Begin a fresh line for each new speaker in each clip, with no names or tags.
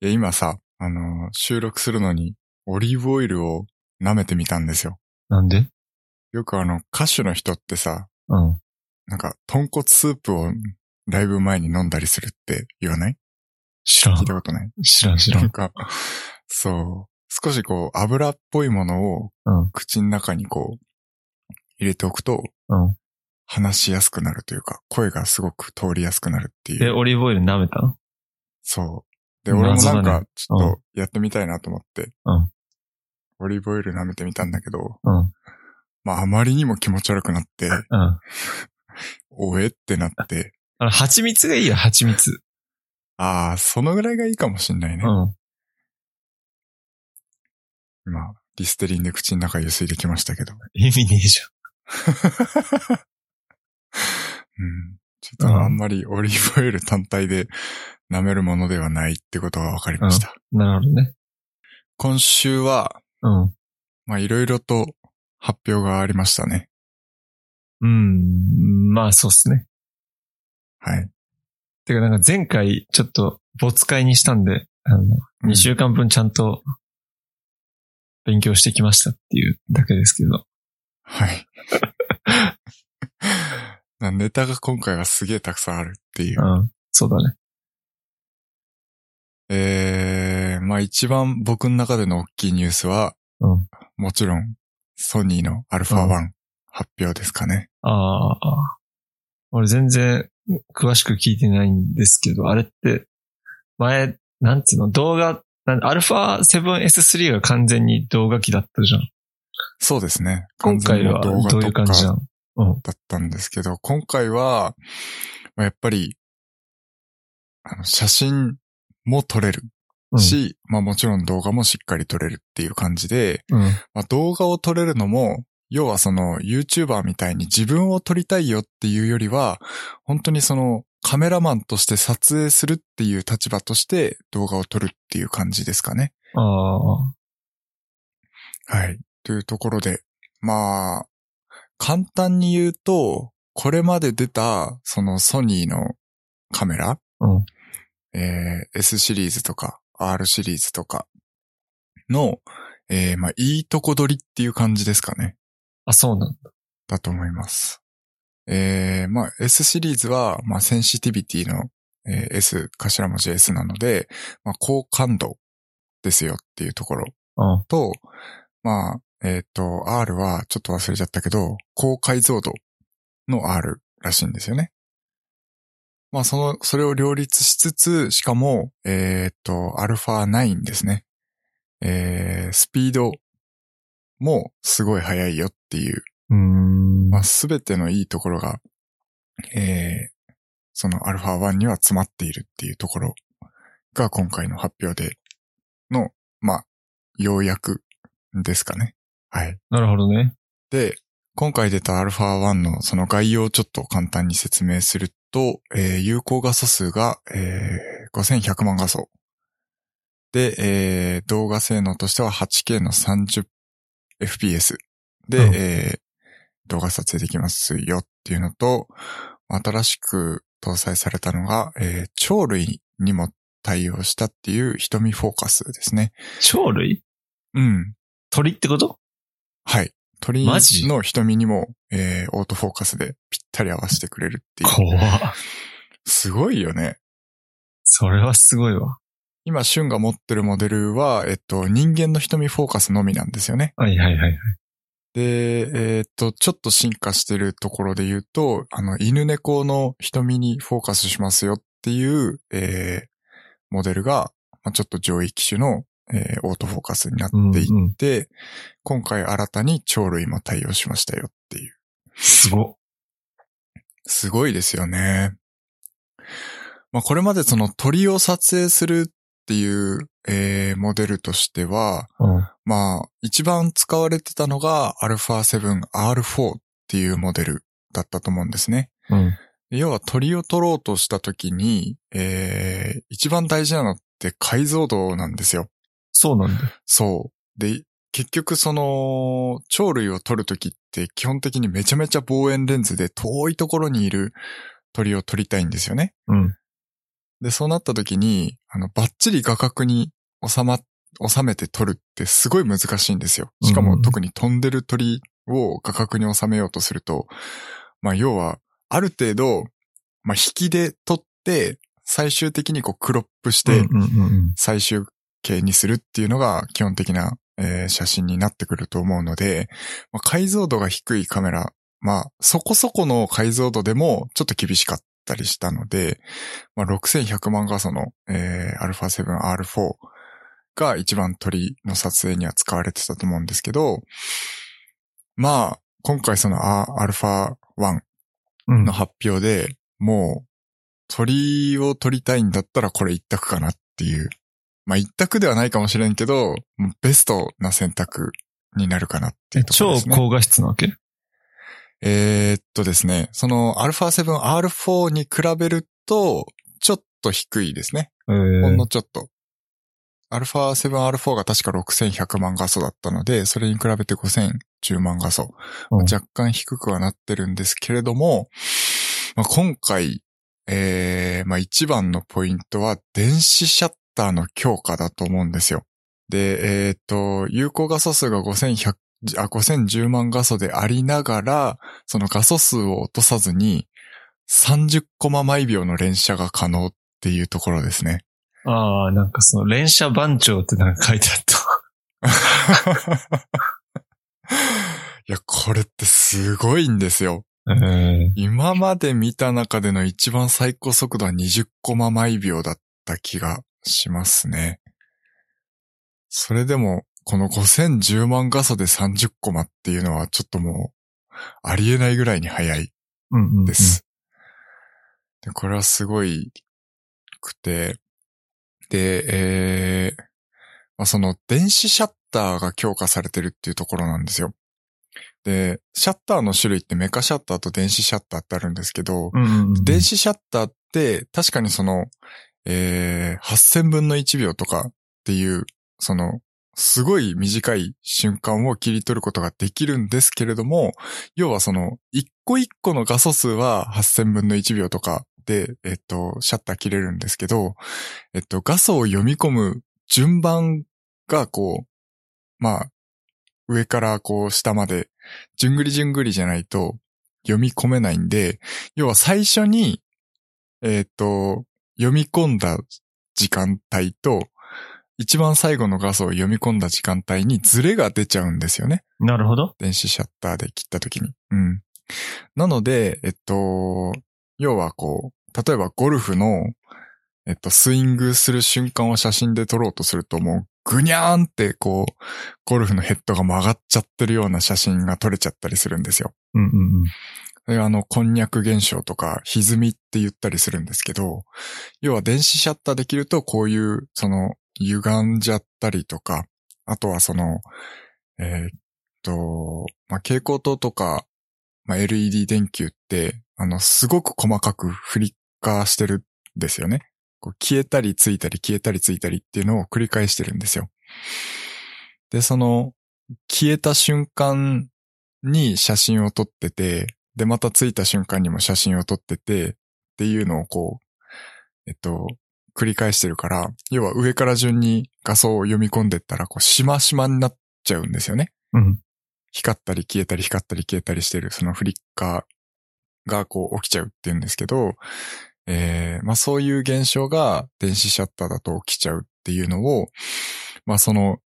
いや、今さ、あのー収録するのに、オリーブオイルを舐めてみたんですよ。
なんで
よくあの、歌手の人ってさ、
うん。
なんか、豚骨スープをライブ前に飲んだりするって言わない
知らん
聞い。たことない
知らん、知ら
なん
ん。
か、そう、少しこう、油っぽいものを
うん。
口の中にこう、入れておくと、
うん。
話しやすくなるというか、声がすごく通りやすくなるってい
で、
う。
オリーブオイル舐めたの
そう。で、俺もなん
謎だ
か
ね、
ちょっとやってみたいなと思って、
うん
オリーブオイル舐めてみたんだけど、
うん。
まあ、あまりにも気持ち悪くなって、
うん。
おえってなって、
あの、蜂蜜がいいよ、蜂蜜。
ああ、そのぐらいがいいかもしんないね
う。ん。
まあ、リステリンで口の中ゆすいできましたけど。
意味ねえじ
うん。ちょっと
うん
あんまりオリーブオイル単体で舐めるものではないってことが分かりました。
ゃん。なるほどね。
今週は、
うん。
まあ、いろいろと発表がありましたね。
うん。まあ、そうっすね。
はい。
てか、なんか前回、ちょっと、没会にしたんで、あの、2週間分ちゃんと、勉強してきましたっていうだけですけど。
はい。 なネタが今回はすげえたくさんあるっていう
う。ん。そうだね。
えー、まあ一番僕の中での大きいニュースは、
うん
もちろん、ソニーの α1 発表ですかね。
ああ。俺全然詳しく聞いてないんですけど、あれって、前、なんつうの、動画、なんアルファ 7S3 が完全に動画機だったじゃん。
そうですね。
今回は
完全にも
どういう感じな
だ
のうん。
ったんですけど、今回は、まあ、やっぱり、あの写真も撮れる
うん
し、まあもちろん動画もしっかり撮れるっていう感じで、
うん。
まあ、動画を撮れるのも、要はその YouTuber みたいに自分を撮りたいよっていうよりは、本当にそのカメラマンとして撮影するっていう立場として動画を撮るっていう感じですかね。
ああ。
はい。というところで、まあ、簡単に言うと、これまで出た、そのソニーのカメラ、
うん
えー S シリーズとか R シリーズとかの、えーまあ、いいとこ取りっていう感じですかね。
あ、そうなんだ。
だと思います。えー、まあ、S シリーズは、まあ、センシティビティの、えー S、頭文字 S なので、まあ、高感度ですよっていうところ
うん。
と、まあ、えっ、と、R はちょっと忘れちゃったけど、高解像度の R らしいんですよね。まあ、その、それを両立しつつ、しかも、えっ、と、α9 ですね。えー、スピードもすごい速いよっていう
うーん。
まあ、すべてのいいところが、えー、その α1 には詰まっているっていうところが今回の発表での、まあ、要約ですかね。はい。
なるほどね。
で、今回出た α1 のその概要をちょっと簡単に説明すると、えー有効画素数が、えー5100万画素。で、えー動画性能としては 8K の 30fps で、
うん
えー動画撮影できますよっていうのと、新しく搭載されたのが、えー鳥類にも対応したっていう瞳フォーカスですね。
鳥類
うん。
鳥ってこと
はい。鳥
マジ
の瞳にも、えー、オートフォーカスでぴったり合わせてくれるっていう。
怖っ
すごいよね。
それはすごいわ。
今、シュンが持ってるモデルは、えっと、人間の瞳フォーカスのみなんですよね。
はいはいはい。
で、えーっと、ちょっと進化してるところで言うと、あの、犬猫の瞳にフォーカスしますよっていう、えー、モデルが、まあ、ちょっと上位機種の、えー、オートフォーカスにな
う
っ
ん、う
てい
ん。
て、今回新たに鳥類も対応しましたよっていう。
すごっ。
すごいですよね。まあ、これまでその鳥を撮影するっていう、えーモデルとしては、
うん。
まあ、一番使われてたのが α7R4 っていうモデルだったと思うんですね。
うん。
要は鳥を撮ろうとした時に、えー一番大事なのって解像度なんですよ。
そうなんだ。
そう。で、結局その、鳥類を撮るときって基本的にめちゃめちゃ望遠レンズで遠いところにいる鳥を撮りたいんですよね。
うん。
で、そうなった時に、あの、バッチリ画角に収ま、収めて撮るってすごい難しいんですよ。しか
う
も
ん
特に飛んでる鳥を画角に収めようとすると、まあ、要は、ある程度、まあ、引きで撮って、最終的にこうクロップして、
うんうんうん
最終形にするっていうのが基本的な、えー写真になってくると思うので、まあ、解像度が低いカメラ、まあ、そこそこの解像度でもちょっと厳しかったりしたので、まあ、6100万画素の、えー、α7R4 が一番鳥の撮影には使われてたと思うんですけど、まあ、今回その α1
うん
の発表で、もう、鳥を撮りたいんだったらこれ一択かなっていう。まあ一択ではないかもしれんけど、もうベストな選択になるかなってい
え
うところ
超
ですね。
高画質なわけ
えーっとですね、その α7R4 に比べると、ちょっと低いですね。
え
ほん
ー
のちょっと。α7R4 が確か6100万画素だったので、それに比べて5010万画素。
うん
若干低くはなってるんですけれども、まあ、今回、えーまあ一番のポイントは電子シャッターの強化だと思うんですよ。で、えっ、と、有効画素数が5100、あ、5010万画素でありながら、その画素数を落とさずに、30コマ毎秒の連写が可能っていうところですね。
ああ、なんかその連写番長ってなんか書いてあった。
いや、これってすごいんですよ。
え
今まで見た中での一番最高速度は20コマ毎秒だった気がしますね。それでも、この5010万画素で30コマっていうのはちょっともう、ありえないぐらいに早い
うんうんうん
です。でこれはすごいくて、で、えーまあ、その電子シャッターが強化されてるっていうところなんですよ。で、シャッターの種類ってメカシャッターと電子シャッターってあるんですけど、
うんうんうん
電子シャッターって確かにその、えー8000分の1秒とかっていう、その、すごい短い瞬間を切り取ることができるんですけれども、要はその、一個一個の画素数は8000分の1秒とかで、えっと、シャッター切れるんですけど、えっと、画素を読み込む順番がこう、まあ、上からこう下まで、じゅんぐりじゅんぐりじゃないと読み込めないんで、要は最初に、えっ、と、読み込んだ時間帯と、一番最後の画素を読み込んだ時間帯にズレが出ちゃうんですよね。
なるほど。
電子シャッターで切った時に。うん。なので、えっと、要はこう、例えばゴルフの、えっと、スイングする瞬間を写真で撮ろうとすると、もう、ぐにゃーんって、こう、ゴルフのヘッドが曲がっちゃってるような写真が撮れちゃったりするんですよ。
うんうんうん。
それはあの、こんにゃく現象とか、歪みって言ったりするんですけど、要は電子シャッターできると、こういう、その、歪んじゃったりとか、あとはその、えーっと、まあ、蛍光灯とか、まあ、LED 電球って、あの、すごく細かくフリッカーしてるんですよね。こう消えたりついたり消えたりついたりっていうのを繰り返してるんですよ。で、その、消えた瞬間に写真を撮ってて、で、また着いた瞬間にも写真を撮ってて、っていうのをこう、えっと、繰り返してるから、要は上から順に画素を読み込んでったら、こう、しましまになっちゃうんですよね。
うん。
光ったり消えたり光ったり消えたりしてる、そのフリッカーがこう起きちゃうっていうんですけど、えーまあそういう現象が電子シャッターだと起きちゃうっていうのを、まあその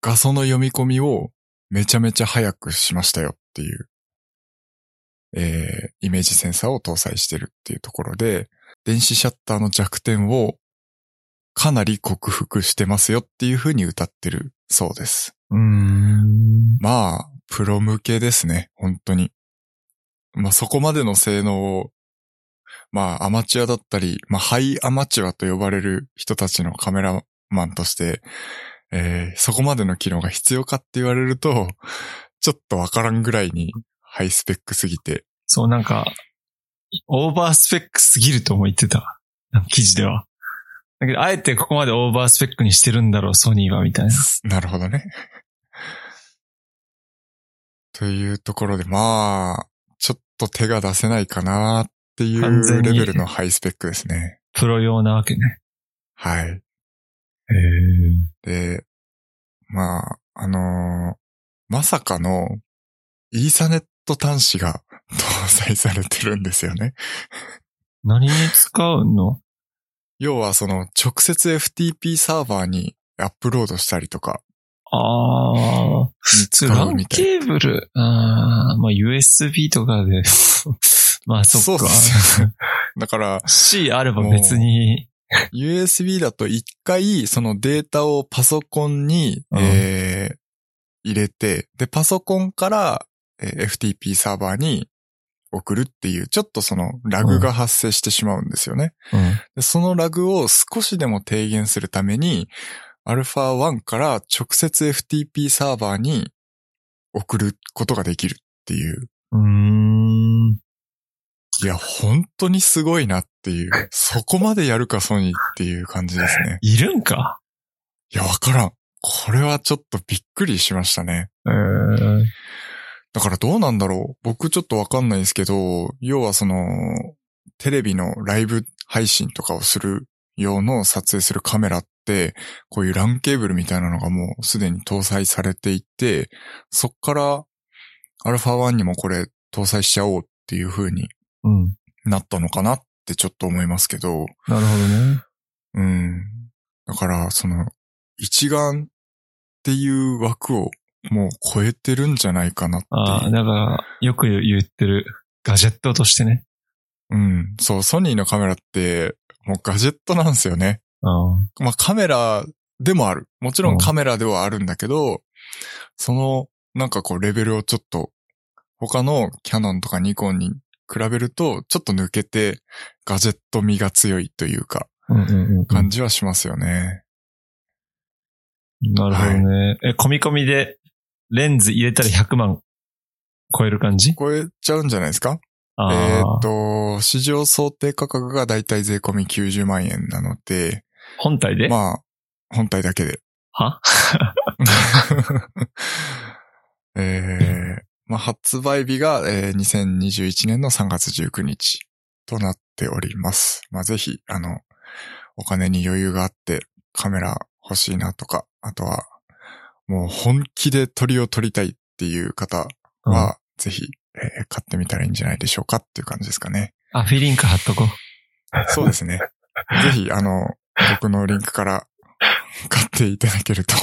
画素の読み込みをめちゃめちゃ早くしましたよっていう、えーイメージセンサーを搭載してるっていうところで、電子シャッターの弱点をかなり克服してますよっていうふうに歌ってるそうです。
うーん。
まあ、プロ向けですね、本当に。まあそこまでの性能を、まあアマチュアだったり、まあハイアマチュアと呼ばれる人たちのカメラマンとして、えーそこまでの機能が必要かって言われると、ちょっとわからんぐらいにハイスペックすぎて、
そう、なんか、オーバースペックすぎるとも言ってた。記事では。だけど、あえてここまでオーバースペックにしてるんだろう、ソニーは、みたいな。
なるほどね。というところで、まあ、ちょっと手が出せないかなってい
完全
うレ
に
ベルのハイスペックですね。
プロ用なわけね。
はい。
へ
で、まあ、あのーまさかの、イーサネット端子が 搭載されてるんですよね。
何に使うの
要はその、直接 FTP サーバーにアップロードしたりとか、
ああ、
使
ラ
う
ン
みたい。
ケーブル、ああ、まあ USB とかで、 まあそっ
そ
か。
うっすよね。だから、
C あれば別に、
USB だと一回そのデータをパソコンに、
うん
えー入れて、で、パソコンから、えー FTP サーバーに送るっていう、ちょっとそのラグが発生してしまうんですよね。
うん
でそのラグを少しでも低減するために、α1 から直接 FTP サーバーに送ることができるっていう。
うーん。
いや、本当にすごいなっていう。そこまでやるか、ソニーっていう感じですね。
いるんか
いや、わからん。これはちょっとびっくりしましたね。
えー、
だからどうなんだろう僕ちょっとわかんないですけど、要はその、テレビのライブ配信とかをする用の撮影するカメラって、こういう LAN ケーブルみたいなのがもうすでに搭載されていて、そっから α1 にもこれ搭載しちゃおうっていう風に
うん。
なったのかなってちょっと思いますけど、
なるほどね。
うん。だから、その、一眼っていう枠をもう超えてるんじゃないかなって
あ
い
あ、
う。
だから、よく言ってる、ガジェットとしてね。
うん。そう、ソニーのカメラって、もうガジェットなんですよね。
ああ
まあカメラでもある。もちろ
うん
んカメラではあるんだけど、その、なんかこう、レベルをちょっと、他のキャノンとかニコンに比べると、ちょっと抜けて、ガジェット味が強いというか、
うんうんうん
感じはしますよね。
なるほどね。え、込み込みで、レンズ入れたら100万超える感じ
超えちゃうんじゃないですか
ああ
えーっと、市場想定価格がだいたい税込み90万円なので、
本体で、
まあ、本体だけで。
は
えーまあ、発売日が、えー2021年の3月19日となっております。まあ、ぜひ、あの、お金に余裕があってカメラ欲しいなとか、あとは、もう本気で鳥を撮りたいっていう方は、ぜひ、えー買ってみたらいいんじゃないでしょうかっていう感じですかね。
アフィリンク貼っとこう。
そうですね。ぜひ、あの、僕のリンクから買っていただけると。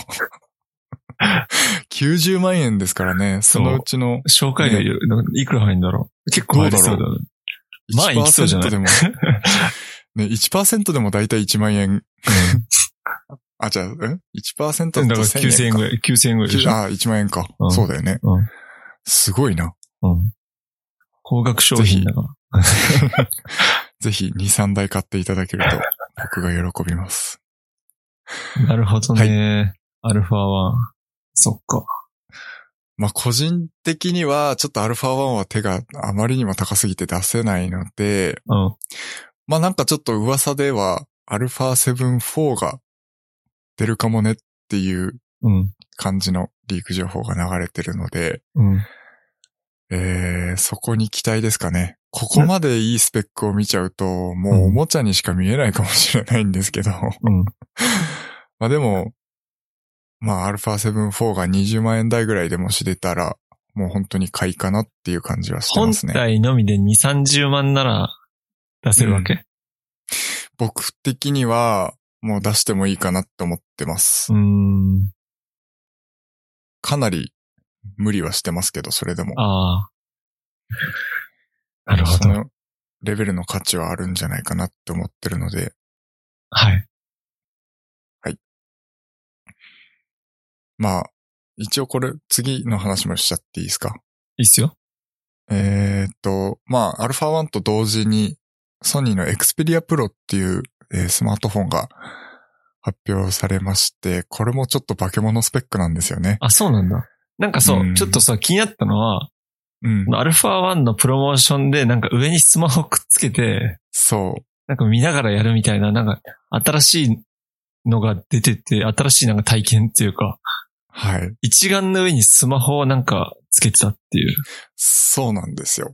90万円ですからね、そのうちの
紹介料いるいくら入るんだろう結構入りそうだね。まあいきそうじゃな
1%
い
でも、ね、1%でもだいたい1万円。あ、じゃあ、ん ?1% だ
だ
と
から
1000
9000
円
円
か
ぐ。らい、9000円ぐらいでしょ。
あ、1万円か、
うん
そうだよね。
うん
すごいな。
うん。高額商品だから。
ぜひ、2、3台買っていただけると、僕が喜びます。
なるほどね。アルファは。そっか。
まあ、個人的には、ちょっと α1 は手があまりにも高すぎて出せないので、
うん。
まあなんかちょっと噂では、α7-4 が出るかもねっていう
うん。
感じのリーク情報が流れてるので、
うん。
えー、そこに期待ですかね。ここまでいいスペックを見ちゃうと、もうおもちゃにしか見えないかもしれないんですけど、
うん。
まあでも、まあ α7-4 が20万円台ぐらいでもし出たら、もう本当に買いかなっていう感じはして
本
ますね。
体のみで2、30万なら出せるわけ。
僕的には、もう出してもいいかなって思ってます
う。ーん。
かなり無理はしてますけど、それでも。
ああ。なるほ
そ
ど。
のレベルの価値はあるんじゃないかなって思ってるので、
はい。
まあ、一応これ、次の話もしちゃっていいですか。
いいっすよ。
えーっと、まあ、α1 と同時に、ソニーの Xperia Pro っていう、えースマートフォンが発表されまして、これもちょっと化け物スペックなんですよね。
あ、そうなんだ。なんかそう、
うん
ちょっとさ、気になったのは、
うん。
アルファ1のプロモーションで、なんか上にスマホをくっつけて、
そう。
なんか見ながらやるみたいな、なんか新しいのが出てて、新しいなんか体験っていうか、
はい。
一眼の上にスマホをなんかつけてたっていう。
そうなんですよ。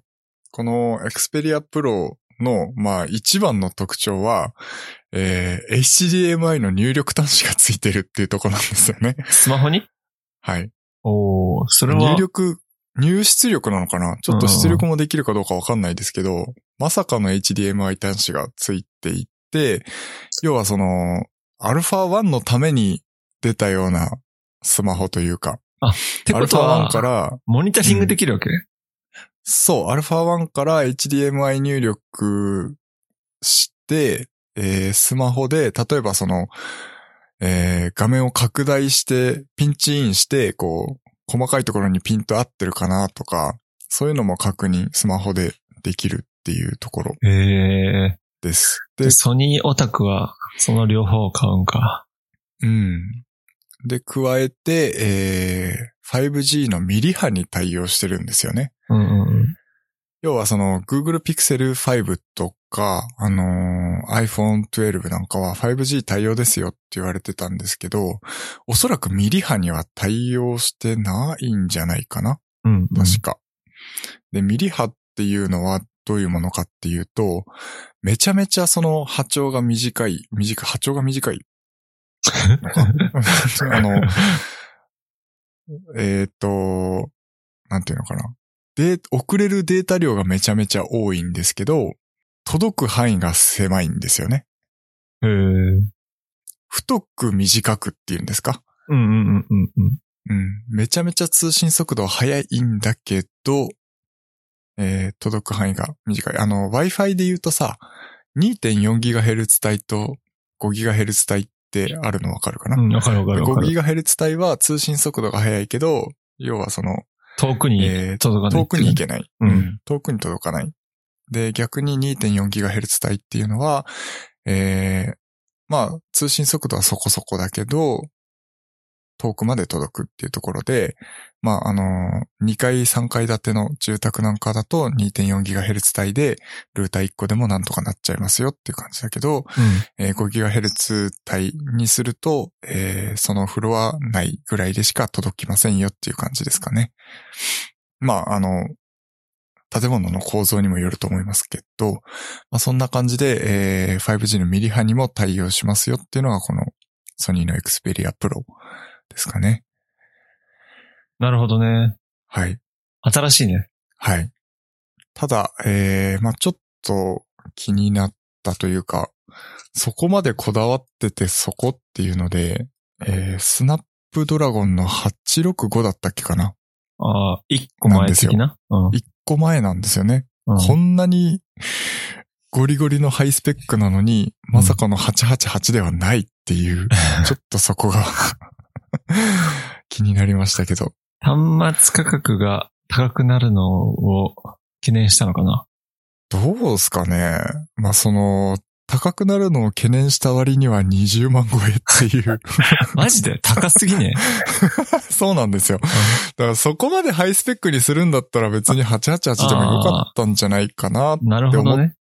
この Xperia Pro の、まあ、一番の特徴は、えー HDMI の入力端子がついてるっていうところなんですよね。
スマホに
はい。
おおそれは
入、力、入出力なのかなちょっと出力もできるかどうかわかんないですけど、まさかの HDMI 端子がついていて、要はその、α1 のために出たようなスマホというか、
ってことは
α1 か、ら、
モニタリングできるわけ、
そう、α1 から HDMI 入力して、えースマホで、例えばその、えー画面を拡大して、ピンチインして、こう、細かいところにピント合ってるかなとか、そういうのも確認、スマホでできるっていうところ
へえ
です。で
で、ソニーオタクは、その両方を買うんか。
うん。で、加えて、えー 5G のミリ波に対応してるんですよね。
うんうん
要はその Google Pixel 5とか、あのー iPhone 12なんかは 5G 対応ですよって言われてたんですけど、おそらくミリ波には対応してないんじゃないかな
うん。うん、うん。
確か。で、ミリ波っていうのはどういうものかっていうと、めちゃめちゃその波長が短い、短い、波長が短い。 あの、えっ、と、なんていうのかな。で、送れるデータ量がめちゃめちゃ多いんですけど、届く範囲が狭いんですよね。
へえうん
太く短くっていうんですか
うんうんうんうん。
うん。めちゃめちゃ通信速度速いんだけど、えー届く範囲が短い。あの、Wi-Fi で言うとさ、2.4GHz 帯と 5GHz 帯ってあるのわかるかな、
うん、わかるわかるわかる。
?5GHz 帯は通信速度が速いけど、要はその、
遠くに
えー
届かない。
遠くに行。けない。
うん
遠くに届かない。で、逆に 2.4GHz 帯っていうのは、えーまあ、通信速度はそこそこだけど、遠くまで届くっていうところで、まあ、あのー、2階、3階建ての住宅なんかだと 2.4GHz 帯で、ルーター1個でもなんとかなっちゃいますよっていう感じだけど、えー 5GHz 帯にすると、えーそのフロア内ぐらいでしか届きませんよっていう感じですかね。まあ、あの、建物の構造にもよると思いますけど、まあ、そんな感じで、えー 5G のミリ波にも対応しますよっていうのがこのソニーの Xperia Pro ですかね。
なるほどね。
はい。
新しいね。
はい。ただ、えー、まあちょっと気になったというか、そこまでこだわっててそこっていうので、えー、スナップドラゴンの865だったっけかな
ああ、一個前的な。うん。
?1 個前なんですよね。
うん
こんなにゴリゴリのハイスペックなのに、まさかの888ではないって いう、ちょっとそこが 気になりましたけど。
端末価格が高くなるのを懸念したの かな。
どうですかね。まあ、その、高くなるのを懸念した割には20万超えって いう。
マジで高 すぎね。
そうなんですよ。だからそこまでハイスペックにするんだったら別に888でもよかったんじゃないかなっ
なるほどね。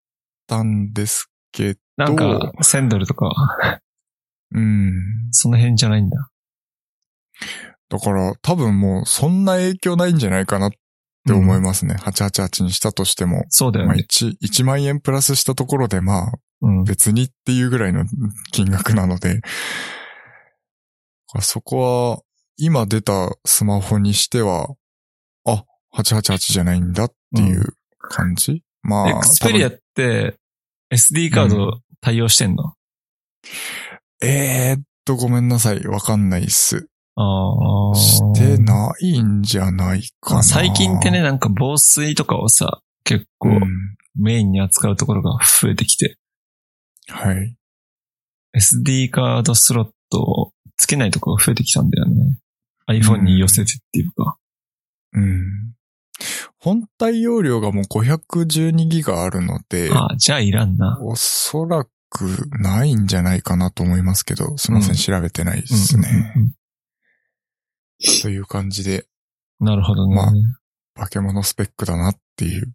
たんですけど、
なんか、1000ドルとか、
うん。
その辺じゃないんだ。
だから多分もうそんな影響ないんじゃないかなって思いますね。888にしたとしても。
そうだよ
まあ
ね。
1、1万円プラスしたところでまあ
うん。
別にっていうぐらいの金額なので、そこは今出たスマホにしては、あ、888じゃないんだっていう感じ、まあ、
エクスペリ
多
ア
分
って、SD カード対応してんの、
えーっと、ごめんなさい。わかんないっす。
ああ。
してないんじゃないかな。
最近ってね、なんか防水とかをさ、結
う
構
ん、
メインに扱うところが増えてきて、
はい。
SD カードスロットをつけないところが増えてきたんだよね。iPhone に寄せてっていうか。
うん。本体容量がもう512ギガあるので、
ああ、じゃあいらんな。
おそらくないんじゃないかなと思いますけど、すみません、
うん
調べてないですね。
うんうん
という感じで、
うんなるほどね。
まあ化け物スペックだなっていう。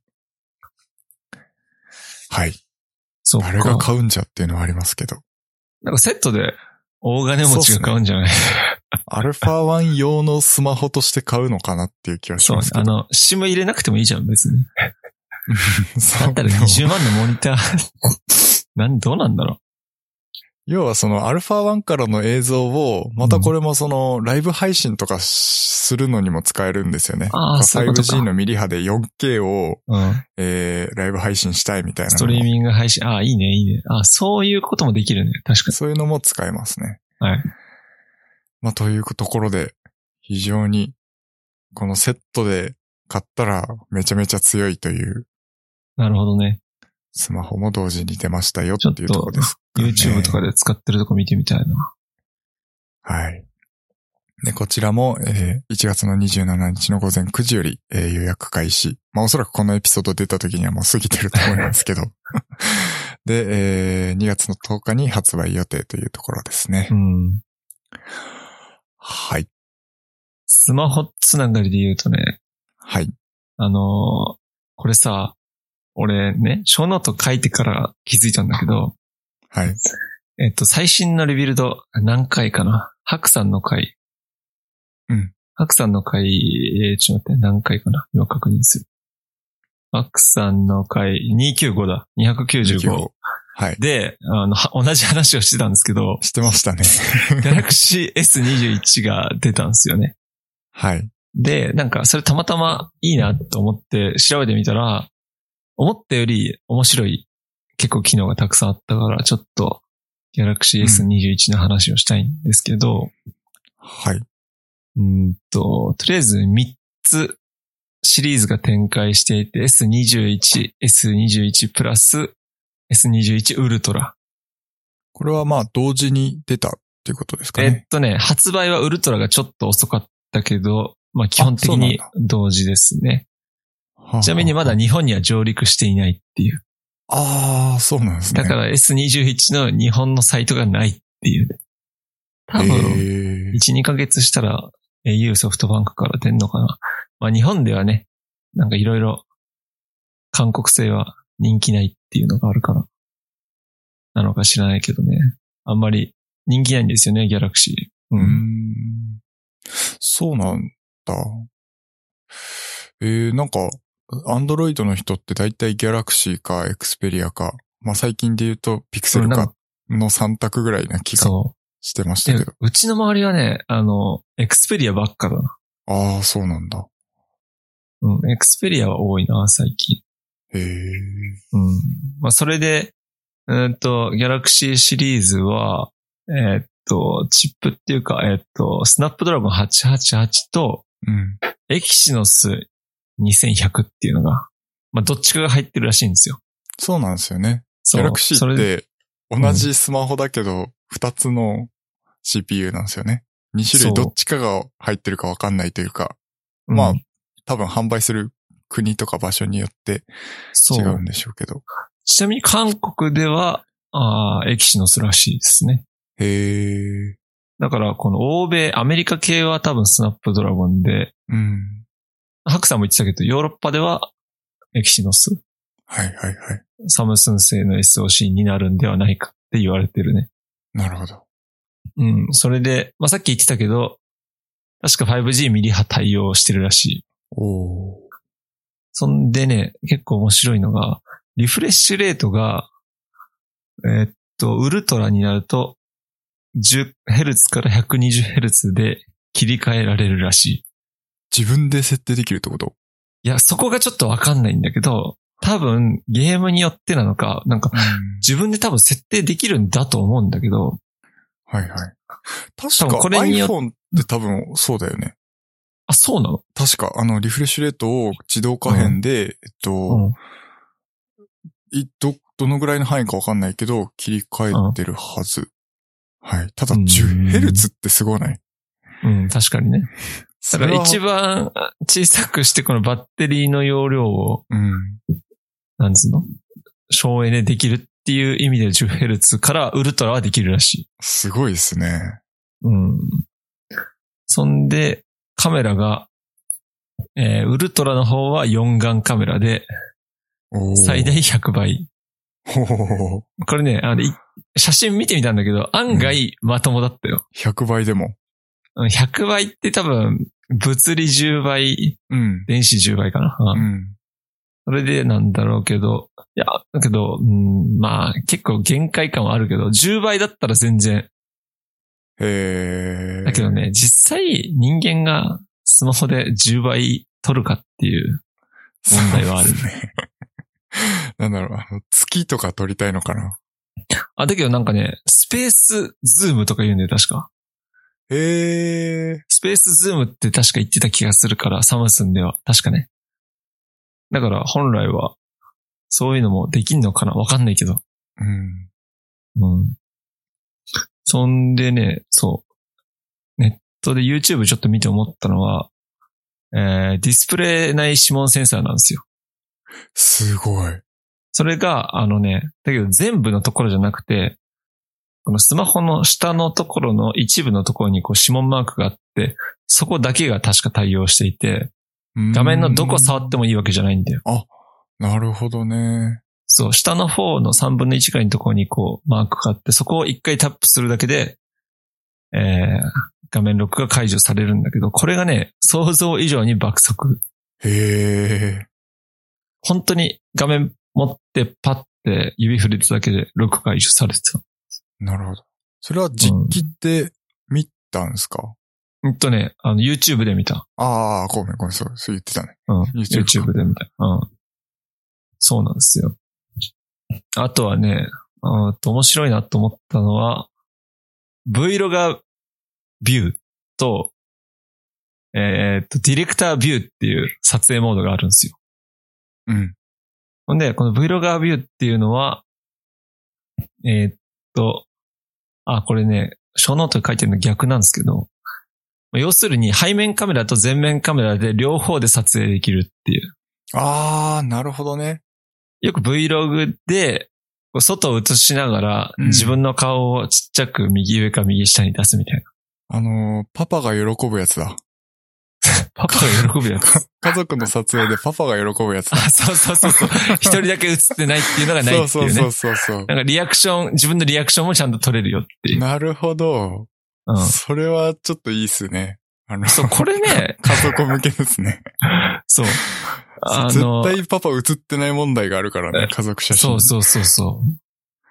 はい。
そうか。
誰が買うんじゃっていうのはありますけど。
なんかセットで大金持ちが買うんじゃない
アルファ1用のスマホとして買うのかなっていう気はし
そう,、
ますけ
あ
ど。
の、SIM 入れなくてもいいじゃん、別に。
そ
だ
う
ったら20万のモニター、 なん、どうなんだろ
要はその α1 からの映像を、またこれもそのライブ配信とかするのにも使えるんですよね。
あーそういうことか
5G のミリ波で 4K を、
う。うん。
えー、ライブ配信したいみたいなのも。
ストリーミング配信、ああ、いいね、いいね。ああ、そういうこともできるね。確かに。
そういうのも使えますね。
はい。
まあ、というところで、非常に、このセットで買ったらめちゃめちゃ強いという
なるほどね。
スマホも同時に出ましたよっていうところです。
YouTube とかで使ってるとこ見てみたいな。
はい。で、こちらも、えー1月の27日の午前9時より、えー予約開始。まあ、おそらくこのエピソード出た時にはもう過ぎてると思います けど。で、えー2月の10日に発売予定というところですね。
うん。
はい。
スマホつながりで言うとね、
はい。
あのーこれさ、俺ね、小ノート書いてから気づいたんだけど、
はい。
えっと、最新のリビルド、何回かなハクさんの回。
うん。
ハクさんの回、えーちょっと待って、何回かな今確認する。ハクさんの回、295だ。295。
はい。、
で、あの、は同じ話をしてたんですけど
してま したね。
ギャラクシー S21 が出たんですよね。
はい。
で、なんかそれたまたまいいなと思って調べてみたら、思ったより面白い結構機能がたくさんあったから、ちょっと Galaxy S21 の話をしたいんですけど、
はい。
うーんと、とりあえず3つシリーズが展開していて、S21、S21 プラス、S21 ウルトラ。
これはまあ、同時に出たっていうことですか
えっ
ね。
とね、発売はウルトラがちょっと遅かったけど、まあ基本的に
あそ
同時ですね。
はあ
ちなみにまだ。日本には上陸していないっていう。
ああ、そうなんですね。
だから S21 の日本のサイトがないっていう。多
え
分、
ー
1、2ヶ月したら au ソフトバンクから出んのかな。まあ日本ではね、なんかいろいろ韓国製は人気ないっていうのがあるから。なのか知らないけどね。あんまり人気ないんですよね、ギャラクシー。
うーんそうなんだ。えー、なんか、アンドロイドの人って大体ギャラクシーかエクスペリアか、まあ、最近で言うとピクセルかの3択ぐらいな気が
そ
してました
う。で
けど。
うちの周りはね、あの、エクスペリアばっかだな。
ああ、そうなんだ。
うん、エクスペリアは多いな、最近。
へえ。
うん。まあ、それで、うーんと、ギャラクシーシリーズは、えーっと、チップっていうか、えーっと、スナップドラゴン888と、
うん。
エキシノス2100っていうのが、まあ、どっちかが入ってるらしいんですよ。
そうなんですよね。
そ
ギ
う
ャラクシ
そ
ーっ
れで
て同じスマホだけど、2つの CPU なんですよね。2種類
そう
どっちかが入ってるかわかんないというか、
うん
まあ、多分販売する国とか場所によって
そ
違う
う。
んでしょうけど。
ちなみに韓国では、ああ、エキシノスらしいですね。
へえ。
だから、この欧米、アメリカ系は多分スナップドラゴンで、
うん。
ハクさんも言ってたけど、ヨーロッパではエキシノス。
はいはいはい。
サムスン製の SOC になるんではないかって言われてるね。
なるほど。
うん。それで、まあ、さっき言ってたけど、確か 5G ミリ波対応してるらしい。
おー
そんでね、結構面白いのが、リフレッシュレートが、えーっと、ウルトラになると、10Hz から 120Hz で切り替えられるらしい。
自分で設定できるってこと
いや、そこがちょっとわかんないんだけど、多分ゲームによってなのか、なんか自分で多分設定できるんだと思うんだけど、
はいはい。
多
確か
分これによっ
iPhone って多分そうだよね。
あ、そうなの
確か、あの、リフレッシュレートを自動可変で、えっと、
うん。
いど、どのぐらいの範囲かわかんないけど、切り替えてるはず。はい。ただ 10Hz ってすごない。
うん、確かにね。だ
そ
か
れ
ら
は
一番小さくしてこのバッテリーの容量を、
うん。
なんつうの省エネできるっていう意味で 10Hz からウルトラはできるらしい。
すごいですね。
うん。そんで、カメラが、えーウルトラの方は4眼カメラで、
おー
最大100倍。
ほほほほ
これね、あの、い写真見てみたんだけど、案外まともだったよ。
100倍でも。
うん100倍って多分、物理10倍、
うん。
電子10倍かな。うん
うん。
それでなんだろうけど、いや、だけど、うん、まあ、結構限界感はあるけど、10倍だったら全然。
へえ。
だけどね、実際人間がスマホで10倍取るかっていう。問題はある
そうですね。 なんだろう、あの、月とか撮りたいのかな。
あ、だけどなんかね、スペースズームとか言うんだよ、確か。
へえ。
スペースズームって確か言ってた気がするから、サムスンでは。確かね。だから本来は、そういうのもできんのかなわかんないけど。
うん。
うん。そんでね、そう。ネットで YouTube ちょっと見て思ったのは、えー、ディスプレイ内指紋センサーなんですよ。
すごい。
それが、あのね、だけど全部のところじゃなくて、このスマホの下のところの一部のところにこう指紋マークがあって、そこだけが確か対応していて、
うん
画面のどこ触ってもいいわけじゃないんだよ。
なるほどね。
そう、下の方の3分の1くらいのところにこうマークがあって、そこを一回タップするだけで、えー、画面ロックが解除されるんだけど、これがね、想像以上に爆速。
へえ。
本当に画面持ってパッて指触れてただけでロック解除されてた。
なるほど。それは実機って見たんですか、
うんとね、あの、YouTube で見た。
ああ、ごめんごめん、そう、そう言ってたね。
うん。
YouTube
YouTube で見た。うん。そうなんですよ。あとはね、あと面白いなと思ったのは、Vlogger ビューと、えーっと、ディレクタービューっていう撮影モードがあるんですよ。
うん。
ほんで、この Vlogger ビューっていうのは、えーっと、あ、これね、小ノートに書いてるの逆なんですけど、要するに背面カメラと前面カメラで両方で撮影できるっていう。
ああ、なるほどね。
よく Vlog で、こう外を映しながら
うん
自分の顔をちっちゃく右上か右下に出すみたいな。
あのーパパが喜ぶやつだ。
パパが喜ぶ やつ。
家族の撮影でパパが喜ぶやつ
あ
だ。
そうそうそうそう。一人だけ映ってないっていうのが ない
そう
ってい
そうう
ね
そう。そう そう。
なんかリアクション、自分のリアクションもちゃんと撮れるよっていう。
なるほど。
うん。
それはちょっといいっすね。あの、
そう、これ ね、
家族向けですね。
そう。 あ
絶
の、
対パパ映ってない問題があるからね、家族写真。
そうそうそうそう。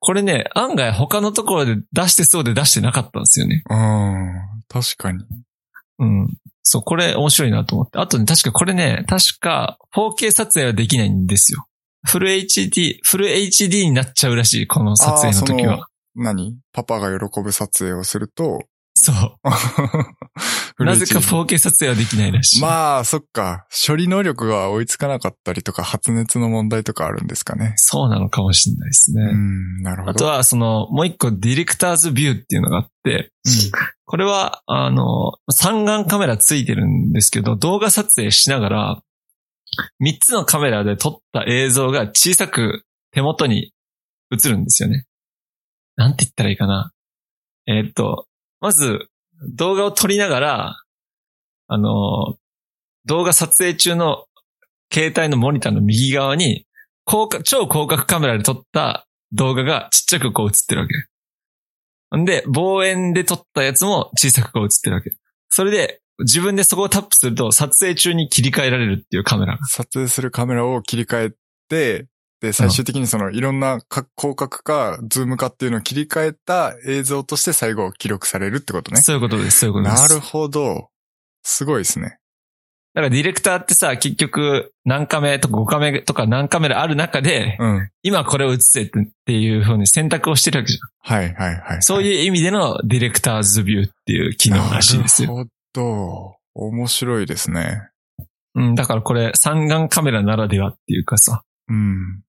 これね、案外他のところで出してそうで出してなかったんですよね。
うん。確かに。
うん。そう、これ面白いなと思って。あとね、確かこれね、確か 4K 撮影はできないんですよ。フル HD、フル HD になっちゃうらしい、この撮影の時は。
何パパが喜ぶ撮影をすると、
そう。なぜか 4K 撮影はできないらしい。
まあ、そっか。処理能力が追いつかなかったりとか、発熱の問題とかあるんですかね。
そうなのかもしれないですね。
うん、なるほ
あと
ど。
は、その、もう一個、ディレクターズビューっていうのがあって、これは、あの、三眼カメラついてるんですけど、動画撮影しながら、三つのカメラで撮った映像が小さく手元に映るんですよね。なんて言ったらいいかな。えーっと、まず、動画を撮りながら、あの、動画撮影中の携帯のモニターの右側に、広角超広角カメラで撮った動画がちっちゃくこう映ってるわけ。んで、望遠で撮ったやつも小さくこう映ってるわけ。それで、自分でそこをタップすると、撮影中に切り替えられるっていうカメラが。
撮影するカメラを切り替えて、で、最終的にその、いろんなか広角か、ズームかっていうのを切り替えた映像として最後記録されるってことね。
そういうことです、そういうことです。
なるほど。すごいですね。
だからディレクターってさ、結局、何カメとか5カメとか何カメラある中で、
うん。
今これを映せってっていう風に選択をしてるわけじゃん。
はいはいはい。
そういう意味でのディレクターズビューっていう機能らしいですよ。
なるほど。面白いですね。
うん、だからこれ三眼カメラならではっていうかさ、
うん。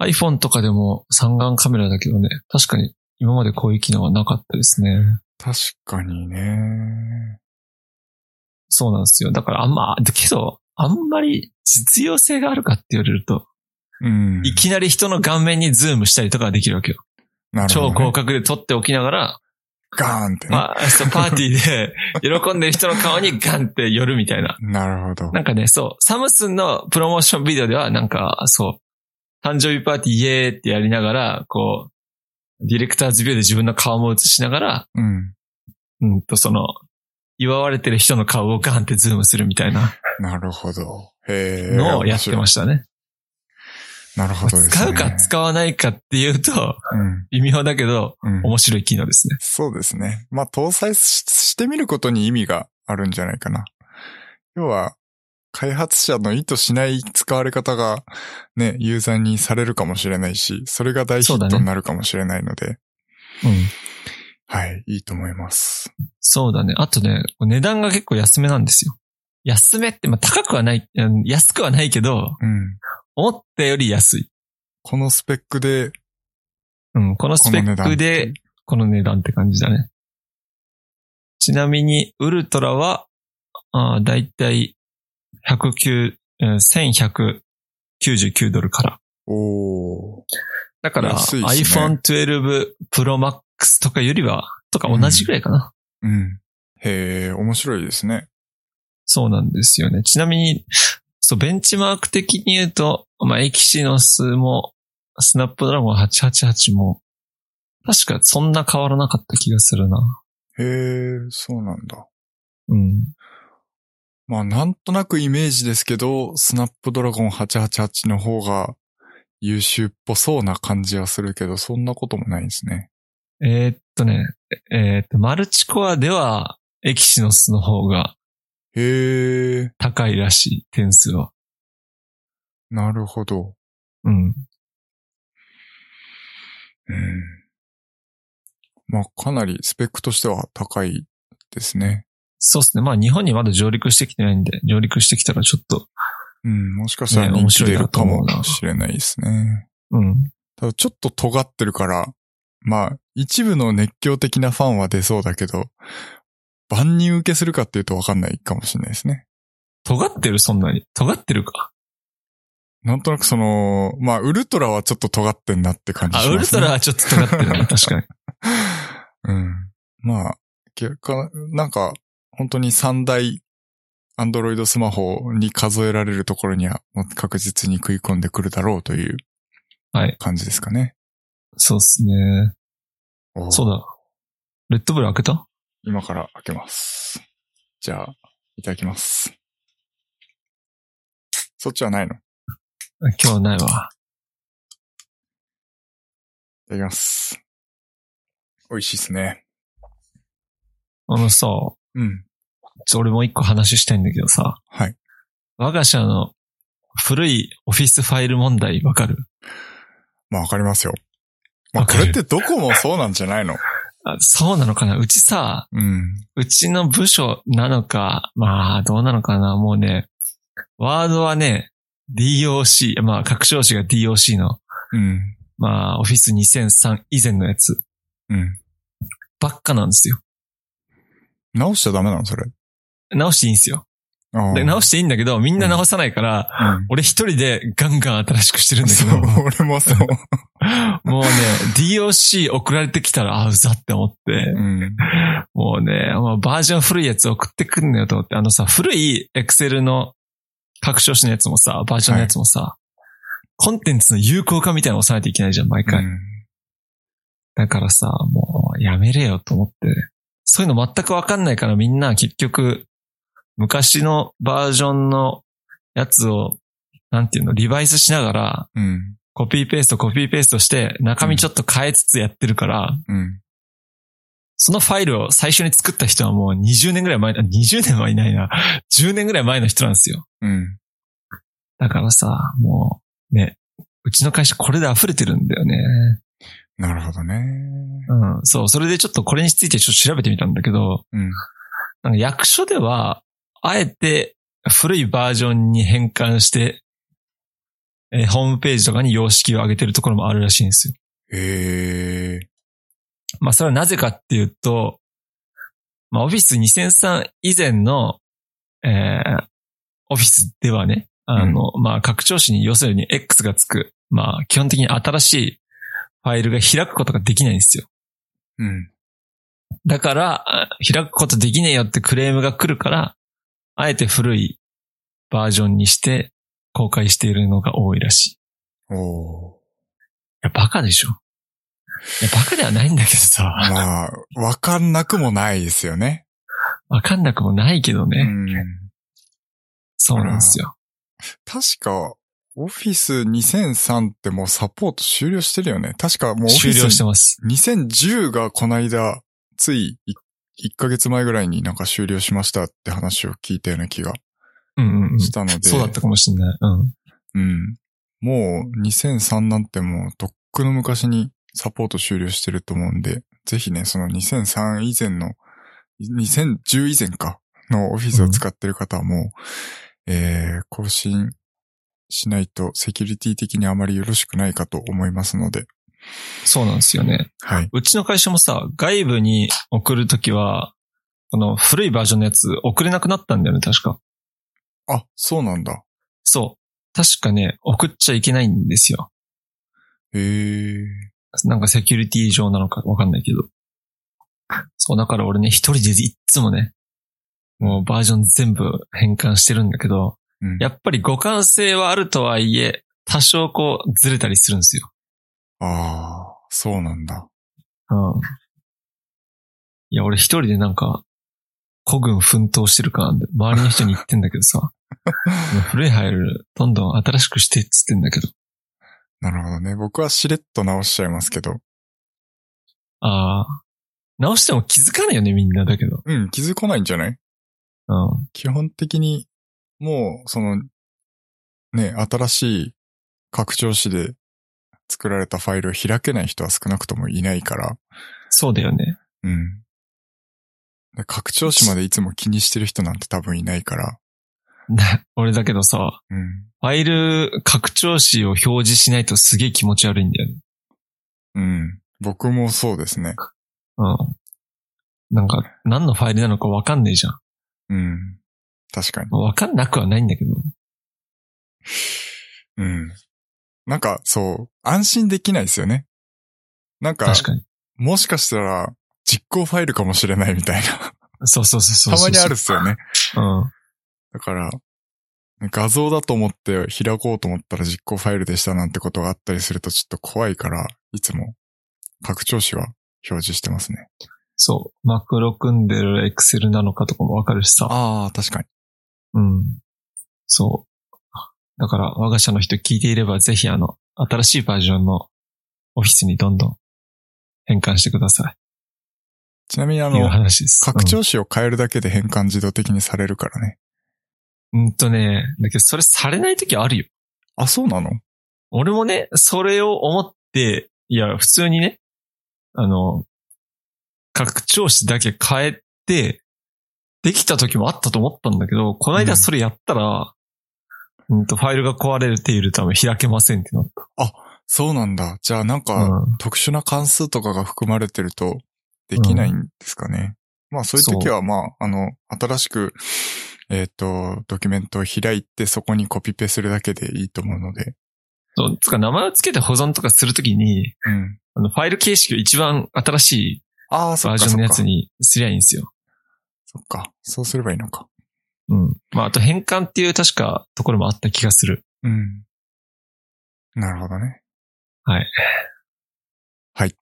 iPhone とかでも三眼カメラだけどね、確かに今までこういう機能はなかったですね。
確かにね。
そうなんですよ。だからあんま、だけど、あんまり実用性があるかって言われると、
うん。
いきなり人の顔面にズームしたりとかができるわけよ。
なるほど
超
ね
広角で撮っておきながら、
ガーンってね。
まあ、そう、パーティーで、 喜んでる人の顔にガンって寄るみたいな。
なるほど。
なんかね、そう、サムスンのプロモーションビデオでは、なんか、そう、誕生日パーティーイエーってやりながら、こう、ディレクターズビューで自分の顔も映しながら、
うん。
うんと、その、祝われてる人の顔をガンってズームするみたいな。
なるほど。えー、
のをやってま
し
したね。
た。なるほどですね。
使うか使わないかっていうと、
うん。
微妙だけど、
うん。
面白い機能ですね。
そうですね。まあ、搭載ししてみることに意味があるんじゃないかな。要は、開発者の意図しない使われ方が、ね、ユーザーにされるかもしれないし、それが大ヒ
そうだ
ッ
ね
トになるかもしれないので、
うん。
はい、いいと思います。
そうだね。あとね、値段が結構安めなんですよ。安めって、まあ、高くはない、うん安くはないけど、
うん。
思ったより安い。
このスペックで、
うん、このスペックで、この値段って感じだね。ちなみに、ウルトラは、あーだいたい109、うん1199ドルから。
おー
だから、
安いっすね
iPhone 12 Pro Max とかよりは、とか同じぐらいかな。
うん。へえ、面白いですね。
そうなんですよね。ちなみに、そう、ベンチマーク的に言うと、まあ、エキシノスも、スナップドラゴン888も、確かそんな変わらなかった気がするな。
へえ、そうなんだ。
うん。
まあ、なんとなくイメージですけど、スナップドラゴン888の方が優秀っぽそうな感じはするけど、そんなこともないんですね。
えーっとね、えーっと、マルチコアでは、エキシノスの方が
へえ、
高いらしい、点数は。
なるほど。
うん。
うん。まあ、かなりスペックとしては高いですね。
そうですね。まあ、日本にまだ上陸してきてないんで、上陸してきたらちょっと、
うん、もしかしたら
ね
人気出るか
面白いなと思うな
もしれないですね。
うん。
ただちょっと尖ってるから、まあ、一部の熱狂的なファンは出そうだけど、万人受けするかっていうとわかんないかもしれないですね。
尖ってる、そんなに。尖ってるか。
なんとなくその、まあ、ウルトラはちょっと尖ってんなって感じ
あ、
し
ウ
ま
ル
す、
ト
ね。
ラはちょっと尖ってるね、 確かに。
ラ うん。まあ、結果、なんか、本当に三大、アンドロイドスマホに数えられるところには、もう確実に食い込んでくるだろうという
はい。
感じですかね。
そうですね。そう
だ。
だ。レッドブル開けた
今から開けます。じゃあ、いただきます。そっちはないのい
今日はないわ。
ただきます。美味しいですね。
あのさ、
うん。
ちょ俺も一個話したいんだけどさ、
はい。
我が社の古いオフィスファイル問題わかる
まあわかりますよ。まあ
わ
こ
かる
れってどこもそうなんじゃないの
あそうなのかなうちさ、
うん。
うちの部署なのか、まあ、どうなのかなもうね、ワードはね、DOC、まあ、拡張子が DOC の、
うん。
まあ、オフィス2003以前のやつ
うん。
ばっかなんですよ。
直しちゃダメなのそれ。
直していいんですよ。
ああ
で直していいんだけど、みんな直さないから、俺一人でガンガン新しくしてる
うんん。
だけ
そ
ど。
う、俺もそう。
もうね、DOC 送られてきたら、あ、うざって思って、
うん。
もうね、もうバージョン古いやつ送ってくんのよと思って、あのさ、古い Excel の拡張子のやつもさ、バージョンのやつもさ、コンテンツの有効化みたいなのを押さないといけないじゃん、毎回。だからさ、もうやめれよと思って。そういうの全くわかんないからみんな結局、昔のバージョンのやつを、なんていうの、リバイスしながら、
うん。
コピーペースト、コピーペーストして、中身ちょっと変えつつやってるから、
うん。
そのファイルを最初に作った人はもう20年ぐらい前、あ20年はいないな、10年ぐらい前の人なんですよ。
うん。
だからさ、もう、ね、うちの会社これで溢れてるんだよね。
なるほどね。
うん、そう、それでちょっとこれについてちょっと調べてみたんだけど、
うん。
なんか役所では、あえて古いバージョンに変換して、えーホームページとかに様式を上げてるところもあるらしいんですよ。
へえ。
まあそれはなぜかっていうと、まあオフィス2003以前の、えー、オフィスではね、あの、まあ拡張子に要するに X がつく、まあ基本的に新しいファイルが開くことができないんですよ。
うん。
だから、あ開くことできねえよってクレームが来るから、あえて古いバージョンにして公開しているのが多いらしい。い
おー
や、バカでしょ。いや、バカではないんだけどさ、
まあ、わかんなくもないですよね。
わかんなくもないけどね。
うん。
そうなんですよ。
確か、オフィス2003ってもうサポート終了してるよね。確かもうオフィ
終了して
ス
ます。
2010がこの間、つい1ヶ月前ぐらいになんか終了しましたって話を聞いたような気が
うんうんうん。
したので。
そうだったかもしれない。うん。
うん。もう2003なんてもうとっくの昔にサポート終了してると思うんで、ぜひね、その2003以前の、2010以前かのオフィスを使ってる方はもう、えー、更新しないとセキュリティ的にあまりよろしくないかと思いますので、
そうなんですよね。
はい。
うちの会社もさ、外部に送るときは、この古いバージョンのやつ送れなくなったんだよね、確か。
あ、そうなんだ。
そう。確かね、送っちゃいけないんですよ。
へえ。
なんかセキュリティ上なのかわかんないけど。そう、だから俺ね、一人でいっつもね、もうバージョン全部変換してるんだけど、
うん、
やっぱり互換性はあるとはいえ、多少こうずれたりするんですよ。
ああ、そうなんだ。
うん。いや、俺一人でなんか、古軍奮闘してる感で、周りの人に言ってんだけどさ、古い入る、どんどん新しくしてっつってんだけど。
なるほどね。僕はしれっと直しちゃいますけど、
ああ。直しても気づかないよね、みんなだけど。
うん、気づかないんじゃない
うん。
基本的に、もう、その、ね、新しい拡張子で作られたファイルを開けない人は少なくともいないから、
そうだよね。
うん。で拡張子までいつも気にしてる人なんて多分いないから、
な俺だけどさ、
うん。
ファイル拡張子を表示しないとすげえ気持ち悪いんだよね。
うん。僕もそうですね。
うん。なんか、何のファイルなのかわかんねえじゃん。
うん。確かに。
わかんなくはないんだけど。
うん。なんか、そう、安心できないですよね。なんか、
確かに。
もしかしたら、実行ファイルかもしれないみたいな。
そうそうそうそう
た
そ
ま
う。
にあるっすよね。
うん。
だから、画像だと思って開こうと思ったら実行ファイルでしたなんてことがあったりするとちょっと怖いから、いつも拡張子は表示してますね。
そう。マクロ組んでるエクセルなのかとかもわかるしさ。
ああ、確かに。
うん。そう。だから、我が社の人聞いていれば、ぜひあの、新しいバージョンのオフィスにどんどん変換してくださ
ちなみにあ
い。いう
の、
話です。
拡張子を変えるだけで変換自動的にされるからね。
うん、うんとね、だけどそれされない時あるよ。
あ、そうなの
俺もね、それを思って、いや、普通にね、あの、拡張子だけ変えて、できた時もあったと思ったんだけど、この
う
間
ん
それやったら、うん、とファイルが壊れているため開けませんってなっ
そうなんだ。じゃあなん
た。
か、
うん
特殊な関数とかが含まれてるとできないんですかね。まあそういう時はまあ、あの、新しく、えっ、と、ドキュメントを開いてそこにコピペするだけでいいと思うので。
そう、つか名前を付けて保存とかするときに、
うん。
あの、ファイル形式を一番新しい
ああ、そ
バ
っ
ー
か
ジ
そっか。
ョンのやつにすりゃいいんですよ。
そっか。そうすればいいのか。
うん。まあ、あと変換っていう確かところもあった気がする。
うん。なるほどね。
はい。
はい。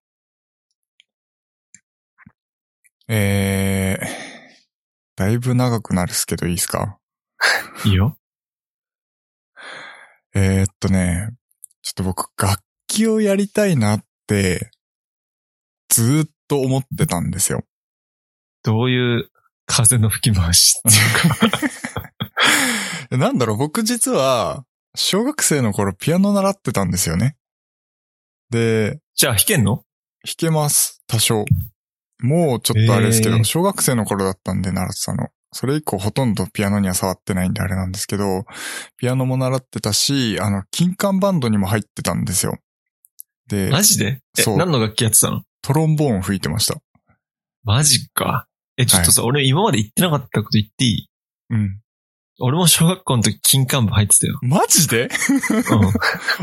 えー、だいぶ長くなるっすけどいいっすか
いいよ。
えー、っとね、ちょっと僕、楽器をやりたいなって、ずーっと思ってたんですよ。
どういう風の吹き回し。
なんだろう、僕実は、小学生の頃ピアノ習ってたんですよね。で、
じゃあ弾けんの
弾けます、多少。もうちょっとあれですけど、
えー
小学生の頃だったんで習ってたの。それ以降ほとんどピアノには触ってないんであれなんですけど、ピアノも習ってたし、あの、金管バンドにも入ってたんですよ。で、
マジでえ、
そう
何の楽器やってたの
トロンボーンを吹いてました。
マジか。え、ちょっとさ、俺今まで言ってなかったこと言っていい
うん。。
俺も小学校の時金管部入ってたよ
マジで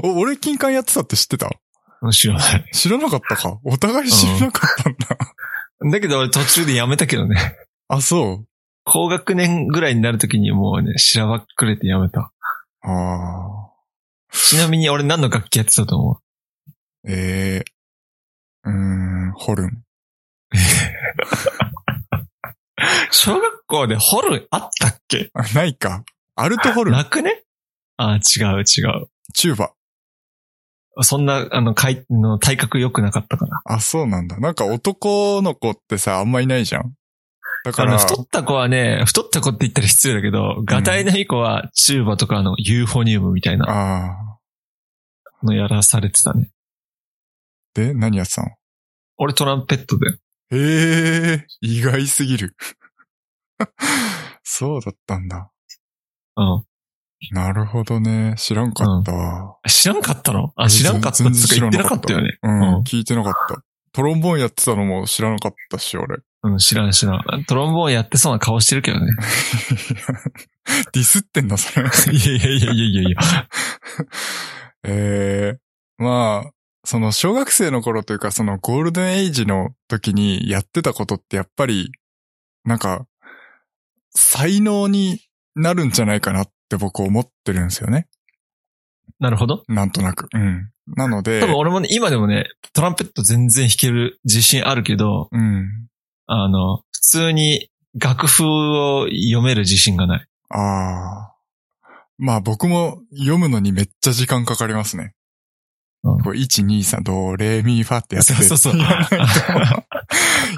お俺金管やってたって知ってた
うん。 知らない。
知らなかったかお互い知らなかったんだ。
だけど俺途中でやめたけどね。
あ、そう。
高学年ぐらいになる時にもうね、しらばっくれてやめた。
あ
ちなみに俺何の楽器やってたと思う
ー。えー。うーん、ホルン。
小学校でホルンあったっけ
あないか。アルトホルン。
なくねあ違う違う。
チューバ。
そんな、あの、かいの体格良くなかったから。
あ、そうなんだ。なんか男の子ってさ、あんまいないじゃん。だか
あの、
ら、
太った子はね、太った子って言ったら失礼だけど、ガタイのいい子はチューバとかあのユーフォニウムみたいな
ああ。
のやらされてたね。
で、何やってたの
俺トランペットで。
ええ意外すぎる。 そうだったんだ。
うん。
なるほどね。知らんかったわ。
知らんかったのあ、知らんかったっつうか
全
言
然
って
知ら
な
なか
か
っ
ったたよね。
うん、
うん
聞いてなかった。トロンボーンやってたのも知らなかったし、俺。
うん、知らん知らん。トロンボーンやってそうな顔してるけどね。
ディスってんだ、それ。
いやいやいやいやいやいや。
ええまあ、その小学生の頃というか、そのゴールデンエイジの時にやってたことってやっぱり、なんか、才能になるんじゃないかなって僕思ってるんですよね。
なるほど。
なんとなく。うん。なので
多、分俺もね、今でもね、トランペット全然弾ける自信あるけど、
うん。
あの、普通に楽譜を読める自信がない。
ああ。まあ僕も読むのにめっちゃ時間かかりますね。
うん
こう1、2、3、ド、レ、ミ、ファってやって。
そうそ うそう
やらないと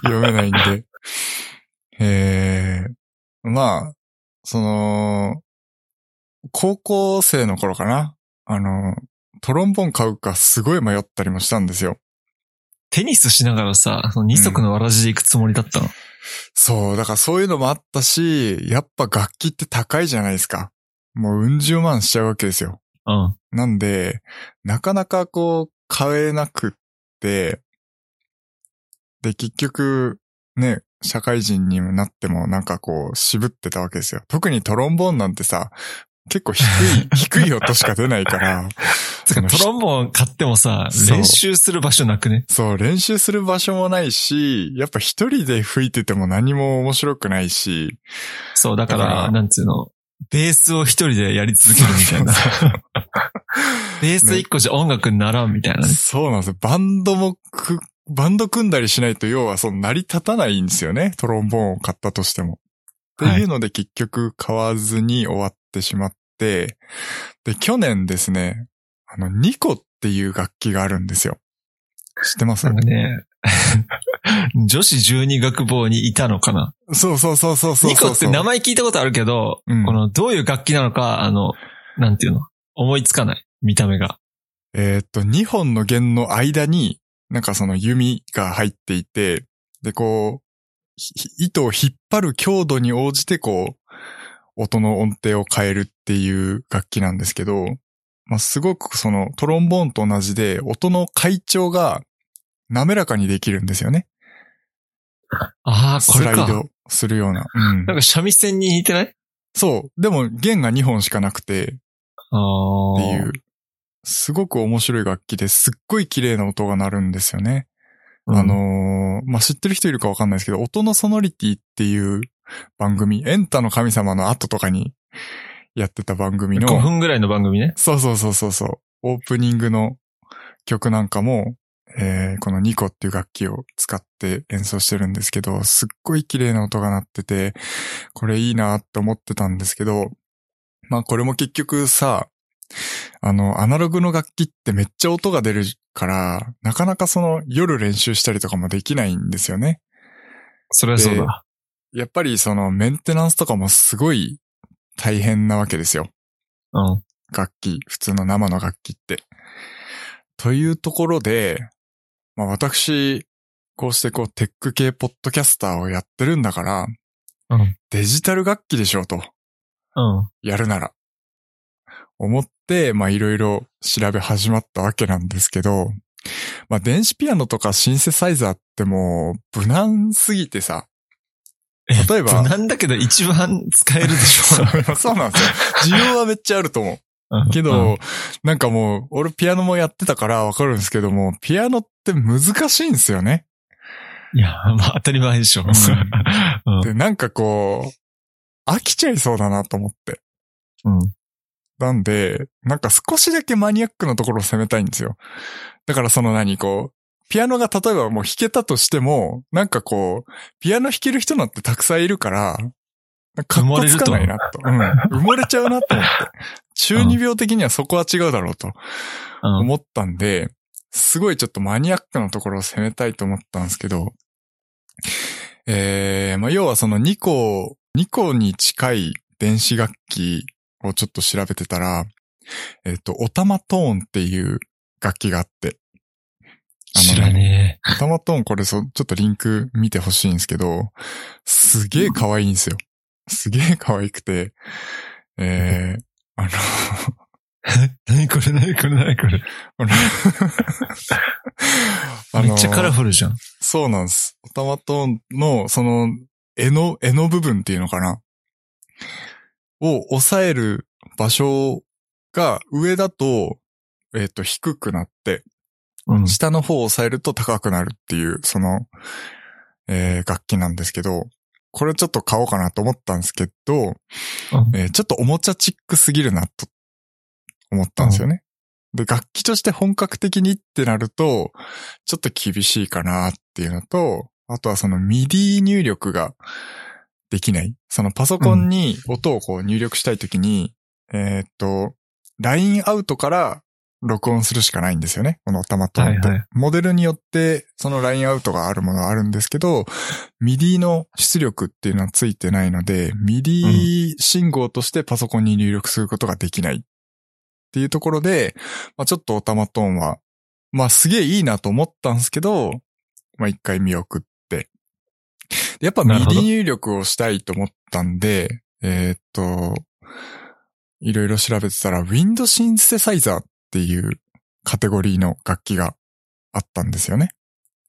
読めないんで。えー、まあ、その、高校生の頃かな。あの、トロンボン買うかすごい迷ったりもしたんですよ。
テニスしながらさ、その二足のわらじで行くつもりだったの。
そう、だからそういうのもあったし、やっぱ楽器って高いじゃないですか。もううん十万しちゃうわけですよ。
うん。
なんで、なかなかこう、買えなくって、で、結局、ね、社会人になってもなんかこう、渋ってたわけですよ。特にトロンボーンなんてさ、結構低い、低い音しか出ないから、
つうか、 トロンボーン買ってもさ、
そう
練習する場所なくね。
そう、練習する場所もないし、やっぱ一人で吹いてても何も面白くないし、
そう、だから、
だから
なんつうの、ベースを一人でやり続けるみたいな。 ベース一個じゃ音楽にならんみたいなね。
そうなんですよ。バンドもく、バンド組んだりしないと、要はその成り立たないんですよね。トロンボーンを買ったとしても。って
はい
いうので結局買わずに終わってしまって、で、去年ですね、あの、ニコっていう楽器があるんですよ。知ってます
なんかね、 女子十二学坊にいたのかな。
そうそうそうそうそうそう。
ニコって名前聞いたことあるけど、
うん
この、どういう楽器なのか、あの、なんていうの、思いつかない。見た目が。
えーっと、2本の弦の間に、なんかその弓が入っていて、で、こう、ひひ糸を引っ張る強度に応じて、こう、音の音程を変えるっていう楽器なんですけど、まあ、すごくそのトロンボーンと同じで、音の階調が滑らかにできるんですよね。
ああ、こ
ス
れ
ライ
か。
ドするような。うん
なんか三味線に似てない
そう。でも弦が2本しかなくて、
ああ。
っていう、すごく面白い楽器ですっごい綺麗な音が鳴るんですよね。
うん
あ、のーまあ、知ってる人いるかわかんないですけど、音のソノリティっていう番組、エンタの神様の後とかにやってた番組
5
の、
分ぐらいの番組ね。
そうそうそうそうそう、オープニングの曲なんかも、えーこのニコっていう楽器を使って演奏してるんですけど、すっごい綺麗な音が鳴ってて、これいいなって思ってたんですけど、まあこれも結局さ、あの、アナログの楽器ってめっちゃ音が出るから、なかなかその夜練習したりとかもできないんですよね。
それはそうだ。
やっぱりそのメンテナンスとかもすごい大変なわけですよ。
うん。
楽器、普通の生の楽器って。というところで、まあ私、こうしてこうテック系ポッドキャスターをやってるんだから、
うん
デジタル楽器でしょうと、
うん。
やるなら。思って、まあいろいろ調べ始まったわけなんですけど、まあ電子ピアノとかシンセサイザーってもう無難すぎて さ、例えば、
なんだけど一番使えるでし
そ
ょ。
うそうなんですよ。需要はめっちゃあると思う。
うん
け
うん
ど、なんかもう、俺ピアノもやってたからわかるんですけども、ピアノって難しいんですよね。
いや、まあ当たり前でしょ。うん
で、なんかこう、飽きちゃいそうだなと思って。
うん。
なんで、なんか少しだけマニアックなところを攻めたいんですよ。だからその何、こう、ピアノが例えばもう弾けたとしても、なんかこう、ピアノ弾ける人なんてたくさんいるから、かっこつかないなと。うん。埋もれちゃうなと思って。中二病的にはそこは違うだろうと
うん。
思ったんで、すごいちょっとマニアックなところを攻めたいと思ったんですけど、えー、まあ、要はその2個、2個に近い電子楽器をちょっと調べてたら、えっ、と、オタマトーンっていう楽器があ って、あのね
知らね
オタマトーンこれそ、ちょっとリンク見てほしいんですけど、すげえ可愛いんですよ。すげえ可愛くて、えー、あの、
え。何これ何これ何これ。
あの
めっちゃカラフルじゃん。
そうなんです。オタマトーンの、その、絵の、絵の部分っていうのかなを抑える場所が上だと、えっ、と、低くなって、
うん。
下の方を抑えると高くなるっていう、その、えー楽器なんですけど、これちょっと買おうかなと思ったんですけど、えーちょっとおもちゃチックすぎるなと思ったんですよね。で、楽器として本格的にってなると、ちょっと厳しいかなっていうのと、あとはそのミディ入力ができない。そのパソコンに音をこう入力したいときに、えーっと、ラインアウトから録音するしかないんですよね。この頭と音って。
はいはい
モデルによって、そのラインアウトがあるものはあるんですけど、ミディの出力っていうのはついてないので、ミディ信号としてパソコンに入力することができないっていうところで、まあ、ちょっとオタマトーンは、まあすげえいいなと思ったんですけど、まあ一回見送って。でやっぱミ
な
デ
るほど
ィ入力をしたいと思ったんで、えーっと、いろいろ調べてたら、ウィンドシンセサイザーっていうカテゴリーの楽器があったんですよね。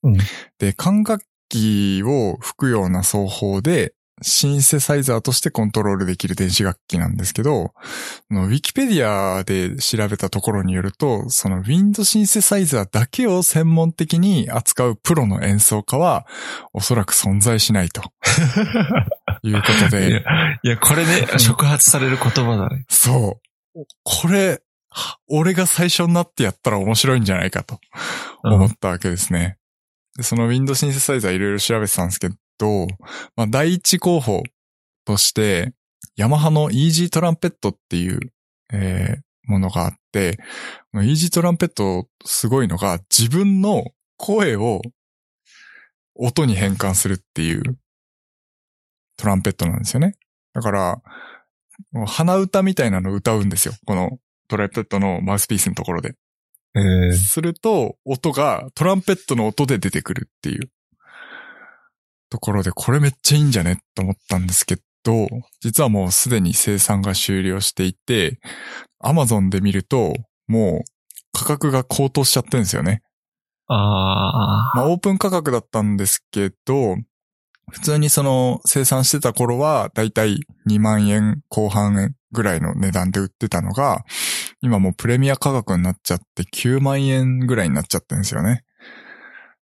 うん
で、管楽器を吹くような奏法で、シンセサイザーとしてコントロールできる電子楽器なんですけど、あのウィキペディアで調べたところによると、そのウィンドシンセサイザーだけを専門的に扱うプロの演奏家は、おそらく存在しないということ
いや
で、、
いや、これね、触発される言葉だね。
そう。これ、は俺が最初になってやったら面白いんじゃないかと
うん
思ったわけですね。でそのウィンドシンセサイザーいろいろ調べてたんですけど、まあ、第一候補として、ヤマハの EG トランペットっていう、えーものがあって、この EG トランペットすごいのが自分の声を音に変換するっていうトランペットなんですよね。だから、もう鼻歌みたいなのを歌うんですよ。このトランペットのマウスピースのところで。
えー
すると、音がトランペットの音で出てくるっていうところで、これめっちゃいいんじゃねと思ったんですけど、実はもうすでに生産が終了していて、Amazon で見ると、もう価格が高騰しちゃってるんですよね。
あ
まあ、オープン価格だったんですけど、普通にその生産してた頃は、だいたい2万円後半ぐらいの値段で売ってたのが、今もうプレミア価格になっちゃって9万円ぐらいになっちゃってるんですよね。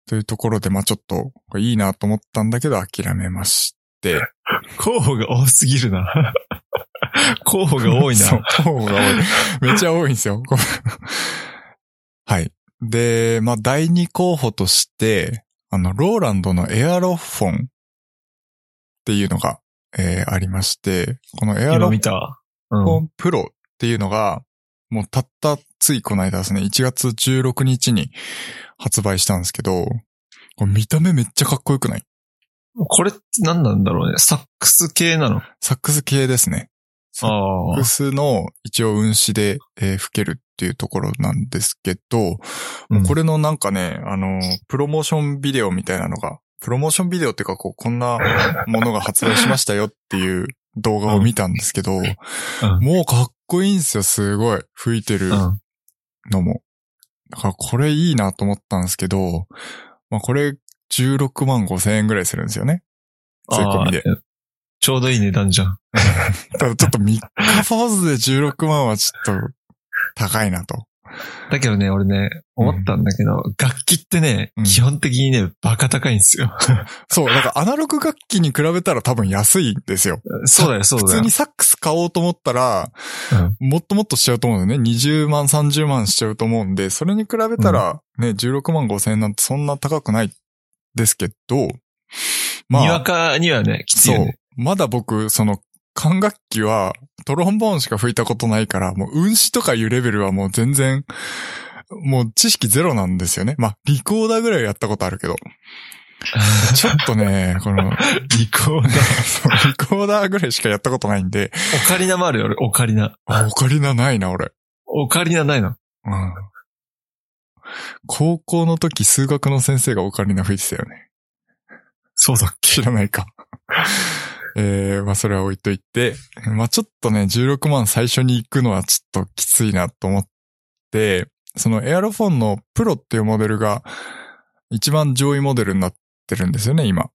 というところで、まあちょっと、これいいなと思ったんだけど諦めまして。
あ、候補が多すぎるな。 候補が多い
そう
な。、
候補が多い。めっちゃ多いんですよ。こうはい。で、まあ、第二候補として、あの、ローランドのエアロフォンっていうのが、えーありまして、このエア
今
ロフ
見たわ。う
ォ
ん。
ンプロっていうのが、もうたったついこの間ですね、1月16日に発売したんですけど、これ見た目めっちゃかっこよくない
これって何なんだろうね。サックス系なの。
サックス系ですね。サッサッ
あ
クスの一応運指で、えー吹けるっていうところなんですけど、
うん
これのなんかね、あの、プロモーションビデオみたいなのが、プロモーションビデオっていうか、こう、こんなものが発売しましたよっていう動画を見たんですけど、もうかっこいいんですよ、すごい。吹いてる
あ。
のも。だからこれいいなと思ったんですけど、まあこれ16万5千円ぐらいするんですよね。税込みで。
あー。ちょうどいい値段じゃん。
ただちょっと3日ポーズで16万はちょっと高いなと。
だけどね、俺ね、思ったんだけど、楽器ってね
うん、
基本的にね、バカ高いんですよ。
そう、だからアナログ楽器に比べたら多分安いんですよ。
そうだよ、そう
普
だ
通
よ
に。サックス買おうと思ったら、
うん
もっともっとしちゃうと思うんだよね。20万、30万しちゃうと思うんで、それに比べたらね、16万5千円なんてそんな高くないですけど、ま
にわ
あ、
かにはね、きつい
そ
よ
う
ね。。
まだ僕、その管楽器はトロンボーンしか吹いたことないから、もう運指とかいうレベルはもう全然、もう知識ゼロなんですよね。まあ、リコーダーぐらいはやったことある けど。ちょっとね、この、
リコーダー。
そうリコーダーぐらいしかやったことないんで、
オカリナもあるよ、俺。オカリナ。
あオカリナないな、俺。
オカリナないの。
うん。高校の時、数学の先生がオカリナ吹いてたよね。
そうだっ
知らないか。 えー、まあそれは置いといて、まあちょっとね、16万最初に行くのはちょっときついなと思って、そのエアロフォンのプロっていうモデルが一番上位モデルになってるんですよね、今。だ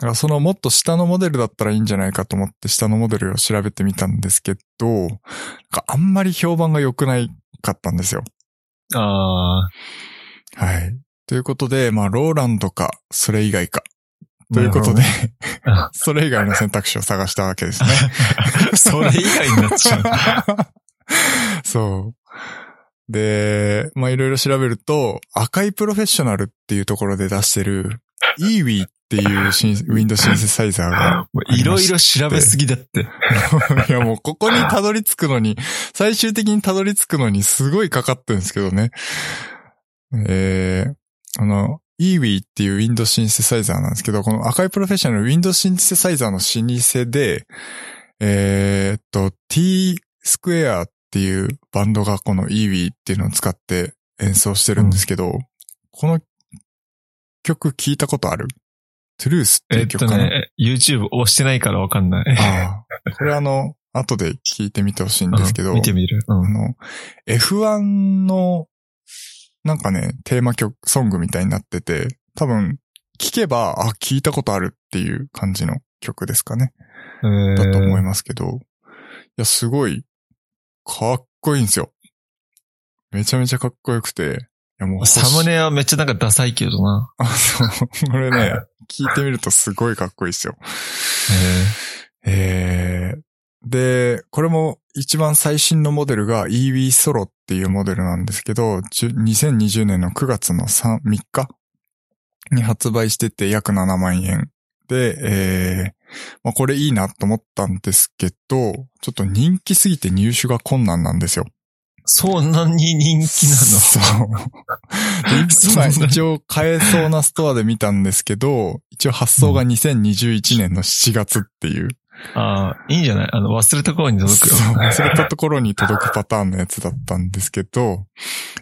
からそのもっと下のモデルだったらいいんじゃないかと思って下のモデルを調べてみたんですけど、なんかあんまり評判が良くないかったんですよ。
けあ
はい。ということで、まあローランドか、それ以外か。ということで、
あ
それ以外の選択肢を探したわけですね。
ー。それ以外になっちゃう。
そう。で、まあ、いろいろ調べると、赤いプロフェッショナルっていうところで出してる、e w i っていうシンウィンドシンセサイザーが、
もういろいろ調べすぎだって。
いやもうここにたどり着くのに、最終的にたどり着くのにすごいかかってるんですけどね。えー、あの、e w i っていうウィンドシンセサイザーなんですけど、この赤いプロフェッショナルウィンドシンセサイザーの老舗で、えーっと、t スクエアっていうバンドがこの e w i っていうのを使って演奏してるんですけど、この曲聞いたことあるトゥルースってい
えっ
う曲
と
かな、
ね、YouTube 押してないからわかんない。
ああ。 これあの、後で聞いてみてほしいんですけど、
うん見てみる。う
あ
ん。
の、F1 の、なんかね、テーマ曲、ソングみたいになってて、多分、聞けば、あ、聞いたことあるっていう感じの曲ですかね。
え
だと思い
ー
ますけど、いや、すごい、かっこいいんですよ。めちゃめちゃかっこよくて、いやもう、
サムネはめっちゃなんかダサいけどな。
あ、そう。これ ね、聞いてみるとすごいかっこいいですよ。えーで、これも一番最新のモデルが EV ソロっていうモデルなんですけど、じゅ2020年の9月の 3, 3日に発売してて約7万円。で、えーまあ、これいいなと思ったんですけど、ちょっと人気すぎて入手が困難なんですよ。
そんなに人気な
そう。
そん
今
な
一応買えそうなストアで見たんですけど、一応発送が2021年の7月っていう。
の ああ、いいんじゃないあの、忘れた頃に届くよ。
そう忘れたところに届くパターンのやつだったんですけど、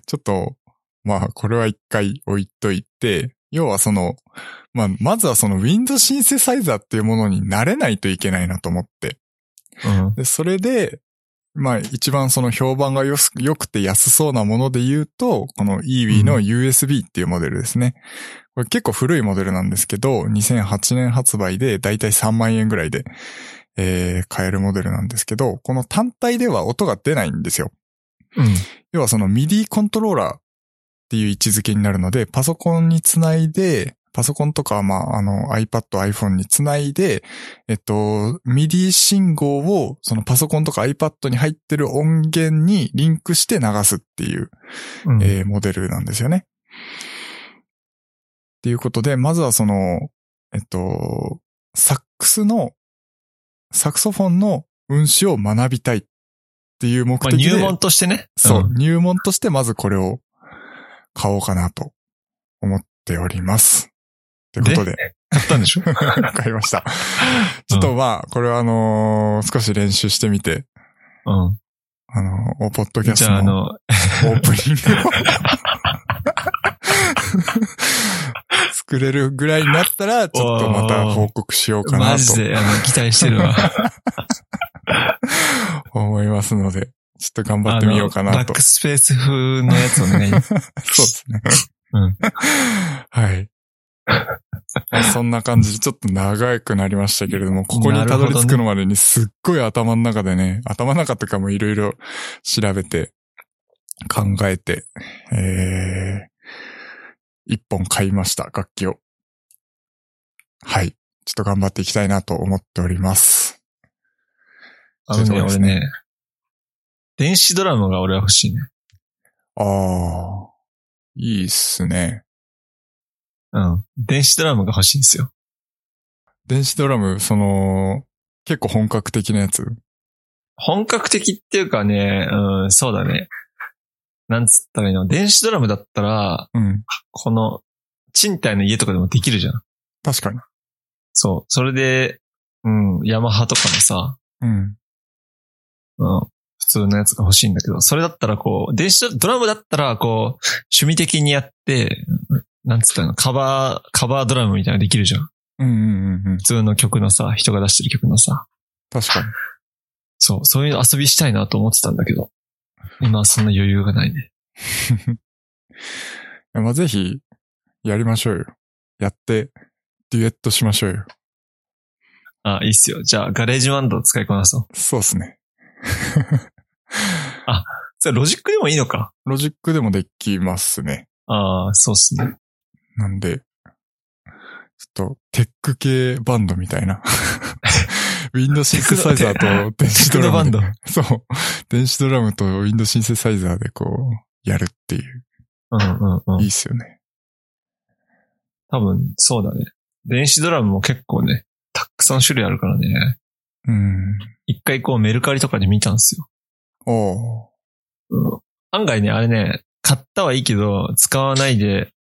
ちょっと、まあ、これは一回置いといて、要はその、まあ、まずはその Windows シンセサイザーっていうものに慣れないといけないなと思って。
うん。
で、それで、まあ、一番その評判がよす良くて安そうなもので言うと、この EV の USB っていうモデルですね。これ結構古いモデルなんですけど、2008年発売でだいたい3万円ぐらいで、えー買えるモデルなんですけど、この単体では音が出ないんですよ。
うん。
要はその MIDI コントローラーっていう位置づけになるので、パソコンにつないで、パソコンとか、まあ、あの iPad、iPhone につないで、えっと、MIDI 信号をそのパソコンとか iPad に入ってる音源にリンクして流すっていう
うん
えーモデルなんですよね。っていうことで、まずはその、えっと、サックスの、サクソフォンの運指を学びたいっていう目
まあ、
的で、
入門としてね。
そう、
ん。
入門としてまずこれを買おうかなと思っております。ということで、
買ったんでしょ
買いました。 ちょっとまあ、これはあのー少し練習してみて、
う
あのーポッドキ
ん。
ャス
じ
ト
ゃあ、あ
の オ
の、
ープニングを 作れるぐらいになったら、ちょっとまた報告しようかな
マジ
と
で、あの、期待してる わ。
思いますので、ちょっと頑張ってみようか
あの
な
バッ
と。
クスペース風のやつを ね、
そうですね。
うん
はい。まあそんな感じで、ちょっと長くなりましたけれども、ここにたどり着くのまでにすっごい頭の中でね、頭の中とかもいろいろ調べて、考えて、えー、一本買いました、楽器を。はい。ちょっと頑張っていきたいなと思っております。
あの
そう
ね、
です
俺
ね
ね、電子ドラムが俺は欲しいね。
あー、いいっすね。
うん。電子ドラムが欲しいんですよ。
電子ドラム、その、結構本格的なやつ。
本格的っていうかね、うん、そうだね。なんつったらいいの電子ドラムだったら、
うん。
この、賃貸の家とかでもできるじゃん。
確かに。
そう。それで、うん、ヤマハとかのさ、
うん。
うん、普通のやつが欲しいんだけど、それだったらこう、電子ドラムだったら、こう、趣味的にやって、なんつったの、カバー、カバードラムみたいなのできるじゃん。
うんうんうんうん
普。通の曲のさ、人が出してる曲のさ。
確かに。
そう、そういう遊びしたいなと思ってたんだけど、今はそんな余裕がないね。
いやまあ、ぜひ、やりましょうよ。やって、デュエットしましょうよ。
あ、いいっすよ。じゃあ、ガレージバンドを使いこなそう。
そうっすね。
それロジックでもいいのか
ロジックでもできますね。
ああ、そうっすね。
なんで、ちょっと、テック系バンドみた いな。ウィンドシンセサイザーと電子ドラムで。
テクノバン
そう。電子ドラムとウィンドシンセサイザーでこう、やるっていう。
うんうんう
いい
ん。
っすよね。
多分、そうだね。電子ドラムも結構ね、たくさん種類あるからね。
うん。
一回こうメルカリとかで見たんですよ。
おー
うん、案外ね、あれね、買ったはいいけど、使わないで、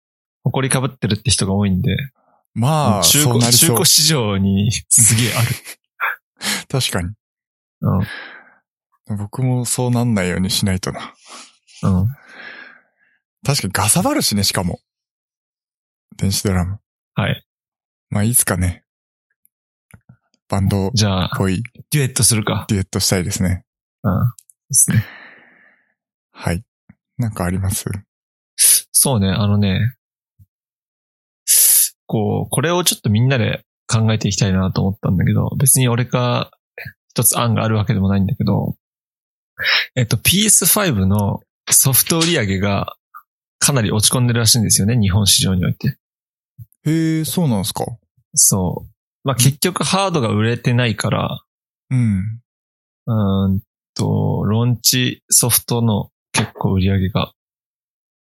埃かぶってるって人が多いんで、
まあ、
中
そう
古
なり
中
そう
古。市場にすげえある。
確かに。
うん
僕もそうなんないようにしないとな。
うん。
確かにガサバるしね、しかも。電子ドラム。
はい。
まあ、いつかね。バンドっ
じゃあ、
ぽい
デュエットするか。
デュエットしたいですね。
うん。ですね。
はい。なんかあります
そうね、あのね、こう、これをちょっとみんなで考えていきたいなと思ったんだけど、別に俺が一つ案があるわけでもないんだけど、えっと、PS5 のソフト売り上げがかなり落ち込んでるらしいんですよね、日本市場において。
へえ、そうなんですか
そう。まあ、結局ハードが売れてないから、
うん。
うーんと、ローンチソフトの結構売り上げが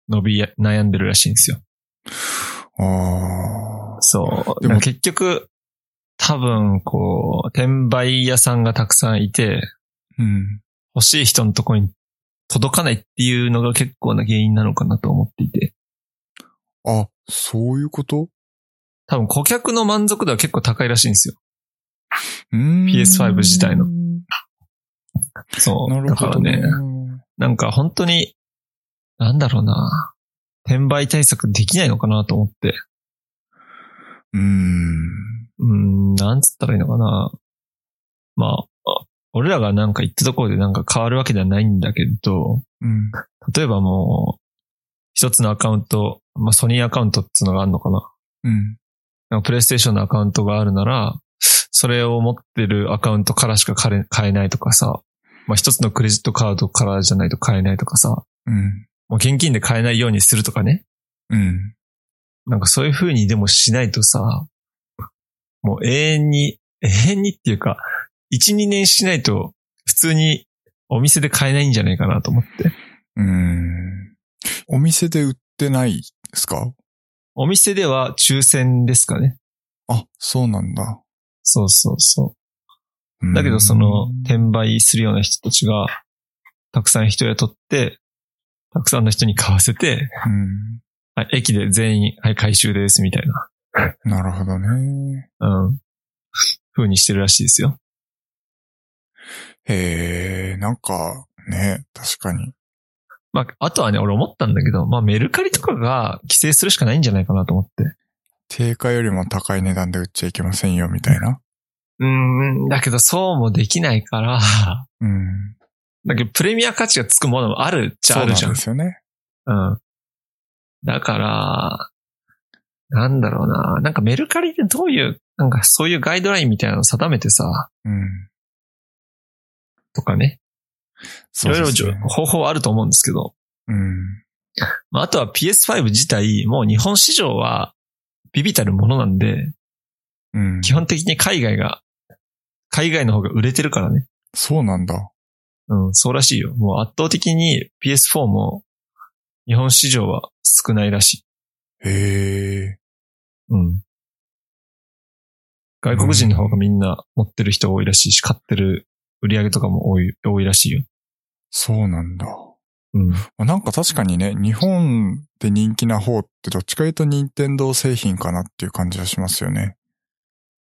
伸びや、悩んでるらしいんですよ。
ああ。
そう。
で
で
も
も結局、多分、こう、転売屋さんがたくさんいて、
うん。
欲しい人のとこに届かないっていうのが結構な原因なのかなと思っていて。
あ、そういうこと
多分顧客の満足度は結構高いらしいんですよ。
うーん
PS5 自体の。そう。
なる
だ
ほ
から
どね
ね、。なんか本当に、なんだろうな。転売対策できないのかなと思って。
うーん。
うーん、なんつったらいいのかな。まあ、あ俺らがなんか言ったところでなんか変わるわけではないんだけど、
うん。
例えばもう、一つのアカウント、まあ、ソニーアカウントっていうのがあるのかな。
うん。
なんかプレイステーションのアカウントがあるなら、それを持ってるアカウントからしか買え買えないとかさ、まあ、一つのクレジットカードからじゃないと買えないとかさ、
うん。
もう現金で買えないようにするとかね。
うん。
なんかそういう風にでもしないとさ、もう永遠に、 永遠にっていうか、1、2年しないと普通にお店で買えないんじゃないかなと思って。
うーん。お店で売ってないですか
お店では抽選ですかね。
あ、そうなんだ。
そうそうそう。
うーん
だけどその転売するような人たちが、たくさん人雇って、たくさんの人に買わせて、
うん。
はい、駅で全員、はい、回収です、みたいな、
なるほどね。
うん、風にしてるらしいですよ。
へえ、なんか、ね、確かに。
まあ、あとはね、俺思ったんだけど、まあ、メルカリとかが規制するしかないんじゃないかなと思って。
定価よりも高い値段で売っちゃいけませんよ、みたいな。
うん、だけどそうもできないから、
うん。
だけどプレミア価値がつくものもあるっちゃあるじゃん
そうなんで。すよね。
うん。だから、なんだろうな。なんかメルカリってどういう、なんかそういうガイドラインみたいなのを定めてさ、
うん。
とかね。い
そう
ろい
で
ろ
す
じ
ね
ょ方法はあると思うんですけど。
うん。
まあ、あとは PS5 自体、もう日本市場はビビたるものなんで、
うん。
基本的に海外が、海外の方が売れてるからね。
そうなんだ。
うん、そうらしいよ。もう圧倒的に PS4 も日本市場は少ないらしい。
へえ。
うん。外国人の方がみんな持ってる人多いらしいし、買ってる売り上げとかも多い、多いらしいよ。
そうなんだ。
うん。
まあなんか確かにね、日本で人気な方ってどっちか言うと任天堂製品かなっていう感じがしますよね。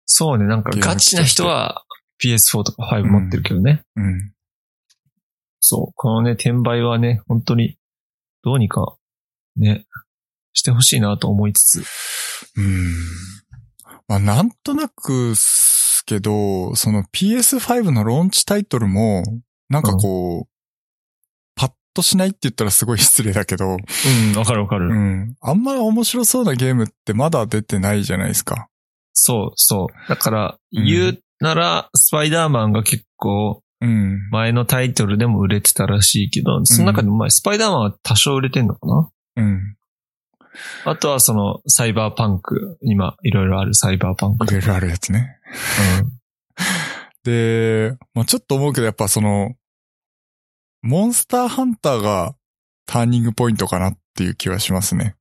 そうね、なんかガチな人は PS4 とか5持ってるけどね。
うん。
そう。このね、転売はね、本当に、どうにか、ね、してほしいなと思いつつ。
うん。まあなんとなくっすけど、その PS5 のローンチタイトルも、なんかこう、パッとしないって言ったらすごい失礼だけど、
うん、わかるわかる。
うん。あんま面白そうなゲームってまだ出てないじゃないですか。
そう、そう。だから、
うん
言うなら、スパイダーマンが結構、
うん。
前のタイトルでも売れてたらしいけど、その中でもまあ、スパイダーマンは多少売れてんのかな
うん。
あとはその、サイバーパンク。今、いろいろあるサイバーパンク。
いろいろあるやつね。で、まあちょっと思うけどやっぱその、モンスターハンターがターニングポイントかなっていう気はしますね。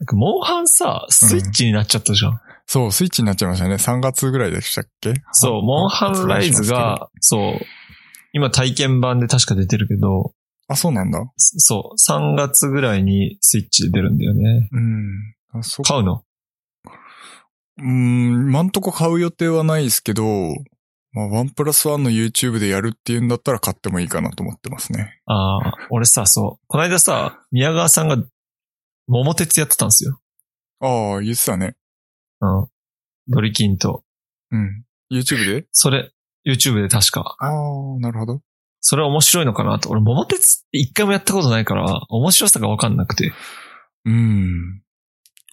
なんかモンハンさ、スイッチになっちゃったじゃん。
そう、スイッチになっちゃいましたね。3月ぐらいでしたっけ
そう、モンハンライズ。
発売します
が、そう、今体験版で確か出てるけど、
けどあ、そうなんだ。
そう、3月ぐらいにスイッチで出るんだよね。
うん。あそっか。
買うの
うん、今んとこ買う予定はないですけど、まあワンプラスワンの YouTube でやるっていうんだったら買ってもいいかなと思ってますね。
ああ、俺さ、そう、この間さ、宮川さんが桃鉄やってたんですよ。
ああ、言ってたね。
うん。ドリキンと。
うん。YouTube で
それ、YouTube で確か。
ああ、なるほど。
それ面白いのかなと。俺、桃鉄って一回もやったことないから、面白さがわかんなくて。
うん。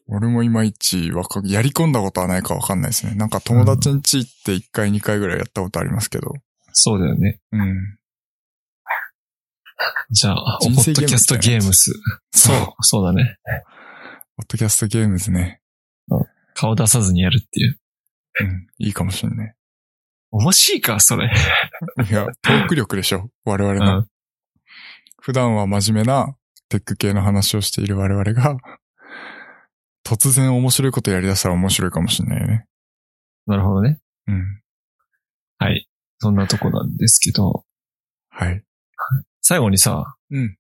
俺もいまいちわか、やり込んだことはないかわかんないですね。なんか友達ん家行って1回2回ぐらいやったことありますけど。
そうだよね。
うん。
じゃあ、ポ
人生
ッ
ゲーム
ドキャストゲームス。そう、そうだね。
ポッドキャストゲームズね。
顔出さずにやるっていう。
うん。いいかもしんね
面白いか、それ。
い。いや、トーク力でしょ。我々の。
うん
普段は真面目なテック系の話をしている我々が、突然面白いことやりだしたら面白いかもしんないよね。
なるほどね。
うん。
はい。そんなとこなんですけど、
はい。
最後にさ、
うん。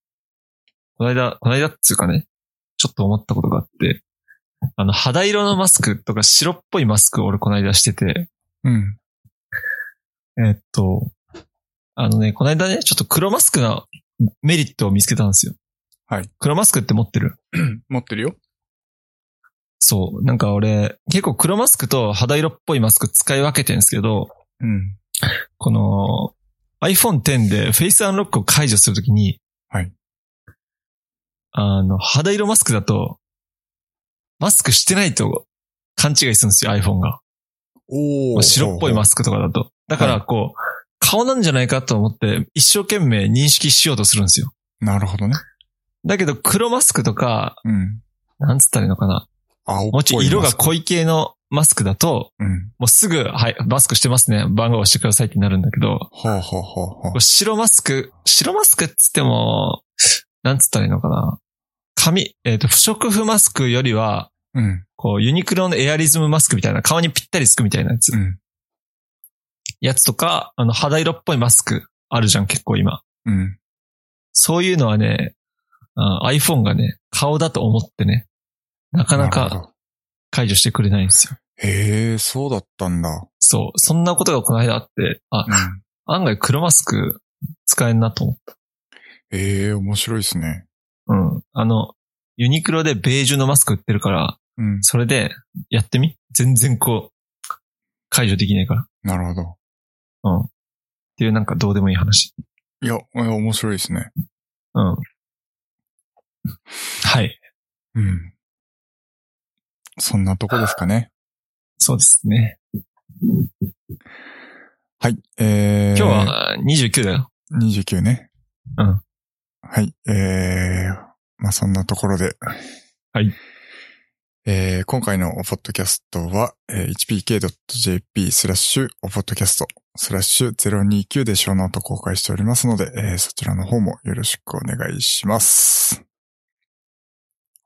この間、この間っつうかね、ちょっと思ったことがあって、あの、肌色のマスクとか白っぽいマスクを俺この間してて、
うん。
えっと、あのね、この間ね、ちょっと黒マスクのメリットを見つけたんですよ。
はい。
黒マスクって持ってる
持ってるよ。
そう。なんか俺、結構黒マスクと肌色っぽいマスク使い分けてんですけど、
うん。
この iPhone X でフェイスアンロックを解除するときに、
はい。
あの、肌色マスクだと、マスクしてないと勘違いするんですよ、iPhone が。
おー
白っぽいマスクとかだと。だから、こう、顔なんじゃないかと思って、一生懸命認識しようとするんですよ。
なるほどね。
だけど、黒マスクとか、
うん。
なんつったらいいのかな。
青っぽ
も
いマスク
うちょい色が濃い系のマスクだと、
うん。
もうすぐ、はい、マスクしてますね。番号押してくださいってなるんだけど、
ほうほうほうほう
こう。白マスク、白マスクっつっても、なんつったらいいのかな。紙、えっ、と、不織布マスクよりは、
うん。
こう、ユニクロのエアリズムマスクみたいな、顔にぴったりつくみたいなやつ。
うん。
やつとか、あの、肌色っぽいマスクあるじゃん、結構今。
うん。
そういうのはね、あ iPhone がね、顔だと思ってね、なか
る
な
ほ
か
ど。
解除してくれないんですよ。
へえ、そうだったんだ。
そう。そんなことがこの間あって、あ
う、ん。
案外黒マスク使えんなと思って
ええ、面白いですね。
うん。あの、ユニクロでベージュのマスク売ってるから、
うん。
それでやってみ全然こう、解除できないから。っ
なるほど。
ていうなんかどうでもいい話。
いや、いや面白いですね。
うん。はい。
うん。そんなとこですかね。
そうですね。
はい。えー、
今日は29だよ。
29ね。
うん。
はい。えー、まあ、そんなところで。
はい。
えー、今回のおポッドキャストは、えー hpk.jp スラッシュおポッドキャストスラッシュ029で小ノート公開しておりますので、えーそちらの方もよろしくお願いします。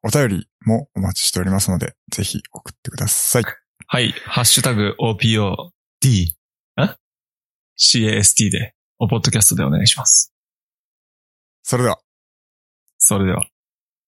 お便りもお待ちしておりますので、ぜひ送ってください。
はい、ハッシュタグ OPO
D。
CAST で、おポッドキャストでお願いします。
それでは。
それでは。